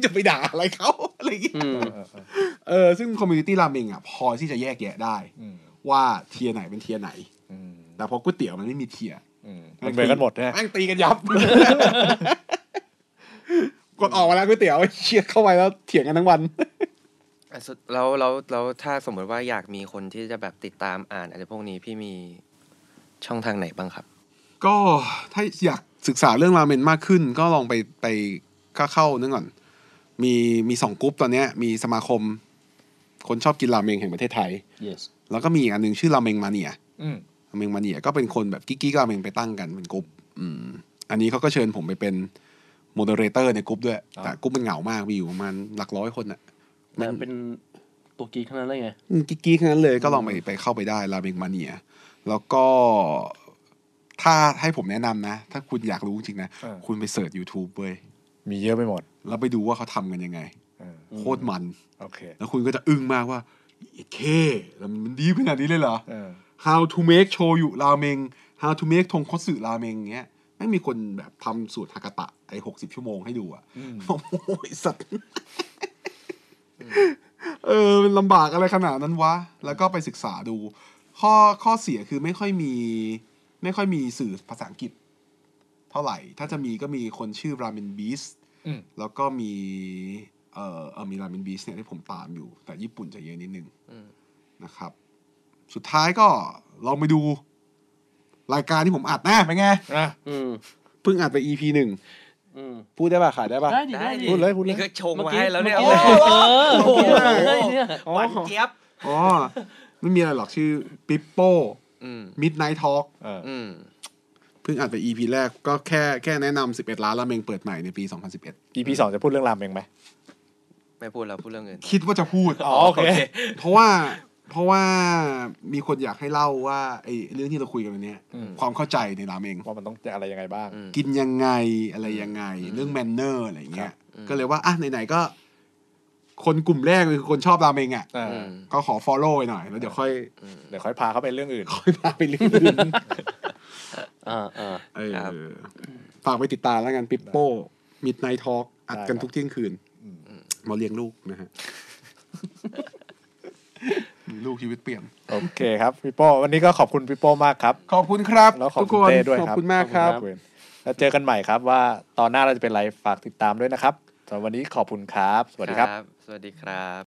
E: จะไปด่าอะไรเขา [LAUGHS] อะไรอย่างเงี้ย
F: อืม
C: เออเออ
E: เออซึ่งคอมมูนิตี้ราเมงอ่ะ พอที่จะแยกแยะได้
C: อืม
E: ว่าเทียร์ไหนเป็นเทียร์ไหน
C: อืม
E: แต่พอก๋วยเตี๋ยวมันไม่มีเทียร์
C: อืมมันเหมือนกันหมดนะ
E: แม่งตีกันยับ [LAUGHS] กดออกมาแล้วก๋วยเตี๋ยวเชียดเข้าไปแล้วเถียงกันทั้งวัน
D: อ่ะสุดแล้วแล้วแล้วถ้าสมมติว่าอยากมีคนที่จะแบบติดตามอ่านอะไรพวกนี้พี่มีช่องทางไหนบ้างครับ
E: [LAUGHS] ก็ถ้าอยากศึกษาเรื่องราเมนมากขึ้น ก็ลองไปไปเข้าเข้านั่นก่อน มีมีสองกรุ๊ปตอนเนี้ย มีสมาคม คนชอบกินราเมงแห่งประเทศไทย
F: yes
E: แล้วก็มีอีกอันหนึงชื่อราเมงมาเนีย
C: อืม
E: ราเมงมาเนียก็เป็นคนแบบกิ๊กๆราเมงไปตั้งกันเป็นกรุ๊ปอืม อันนี้เขาก็เชิญผมไปเป็นโมเดเลเตอร์ในกรุ๊ปด้วย แต่กรุ๊ปมันเหงามากมีอยู่ประมาณหลักร้อยคนอะ
F: แต่เป็นตัวกีขนาดนั้นเลยไง
E: อืมกิ๊กๆทั้งนั้นเลยก็ลองไปไปเข้าไปได้ราเมงมาเนีย แล้วก็ถ้าให้ผมแนะนำนะ ถ้าคุณอยากรู้จริงๆนะ
C: เออ
E: คุณไปเสิร์ช YouTube เว้ย
C: มีเยอะไปหมด
E: แล้วไปดูว่าเขาทำกันยังไง
C: เออ
E: โคตรมัน
C: โอเค
E: แล้วคุณก็จะอึ้งมากว่าไอ้เคแล้วมันดีขนาดนี้เลยเหรอ
C: เออ
E: how to make โชยุราเมง how to make ทงคตสึราเมงเงี้ยแม่งมีคนแบบทำสูตรฮากาตะไอ้หกสิบชั่วโมงให้ดูอะโอ้โหไอ้สัตว์ [LAUGHS] เออมันลำบากอะไรขนาดนั้นวะ แล้วก็ไปศึกษาดู ข้อข้อเสียคือไม่ค่อยมี ไม่ค่อยมีสื่อภาษาอังกฤษ เท่าไหร่ ถ้าจะมีก็มีคนชื่อราเมนบีส
C: อืม
E: แล้วก็มี เออเออมีราเมนบีสเนี่ยที่ผมตามอยู่ แต่ญี่ปุ่นจะเยอะนิดนึง
D: อืม
E: นะครับ สุดท้ายก็ลองไปดู รายการที่ผมอัดนะเป็นไง
C: นะ
F: อืม
E: เพิ่งอัดไป EP หนึ่ง
F: อืม
E: พูดได้ป่ะขายได้ป่ะ
F: ได้ดิได้ดิ
C: พูดเลยพูดเล
D: นี่
C: ย
D: ก็ชงมาให้แล้วเนี่ย
F: เมื่อกี้เออ
E: โอ้โห
F: เฮ้ยเนี่ย
D: หวานเจี๊ยบ
E: อ๋อ ไม่มีอะไรหรอกชื่อปิปโป้
D: อืม
E: มิดไนท์ทอล์ก
C: เออ
D: อืม
E: เพิ่งอัดไป EP แรกก็แค่แค่แนะนำ11 ล้านราเมงเปิดใหม่ในปี 2011
C: EP สองจะพูดเรื่องรามเองไหม
D: ไม่พูดแล้วพูดเรื่องอื่น
E: คิดว่าจะพูด
C: อ๋อโอเค
E: เพราะว่าเพราะว่ามีคนอยากให้เล่าว่าไอ้เรื่องที่เราคุยกันวันเนี้ย
C: อืม
E: ความเข้าใจในราเมง
C: ว่ามันต้องจะอะไรยังไงบ้าง
D: อืม
E: กินยังไงอะไรยังไง เรื่องแมนเนอร์อะไรอย่างเงี้ย ก็เลยว่า อ่ะ ไหน ๆ ก็ คนกลุ่มแรกเลยคือคนชอบราเมงอ่ะ
C: อ่า
D: อืม
E: ก็ขอ follow ไปหน่อย แล้วเดี๋ยวค่อย
C: เดี๋ยวค่อยพาเขาไปเรื่องอื่น
E: ค่อยพาไปเรื่องอื่น
F: อ่าอ่า
E: เออ
D: ครับ
E: ฝากไปติดตามแล้วกันปิปโป้ Midnight Talk อัดกัน
C: ได้ครับ
E: ทุกเที่ยงคืนหมาเลี้ยงลูกนะฮะ มีลูกชีวิตเปลี่ยน
C: โอเคครับพี่โป้วันนี้ก็ขอบคุณพี่โป้มากครับ
E: ขอบคุณครับ
C: แล้วขอบ
E: ทุก
C: คุ
E: คน
C: ณเต้ด้วย
E: ขอบ
C: ครับ
E: คุณมากครับ
C: ขอณแล้วเจอกันใหม่ครับว่าตอนหน้าเราจะเป็นอะไรฝากติดตามด้วยนะครับสำหรับวันนี้ขอบคุณครับ สวัสดีครับ
D: สวัสดีครับ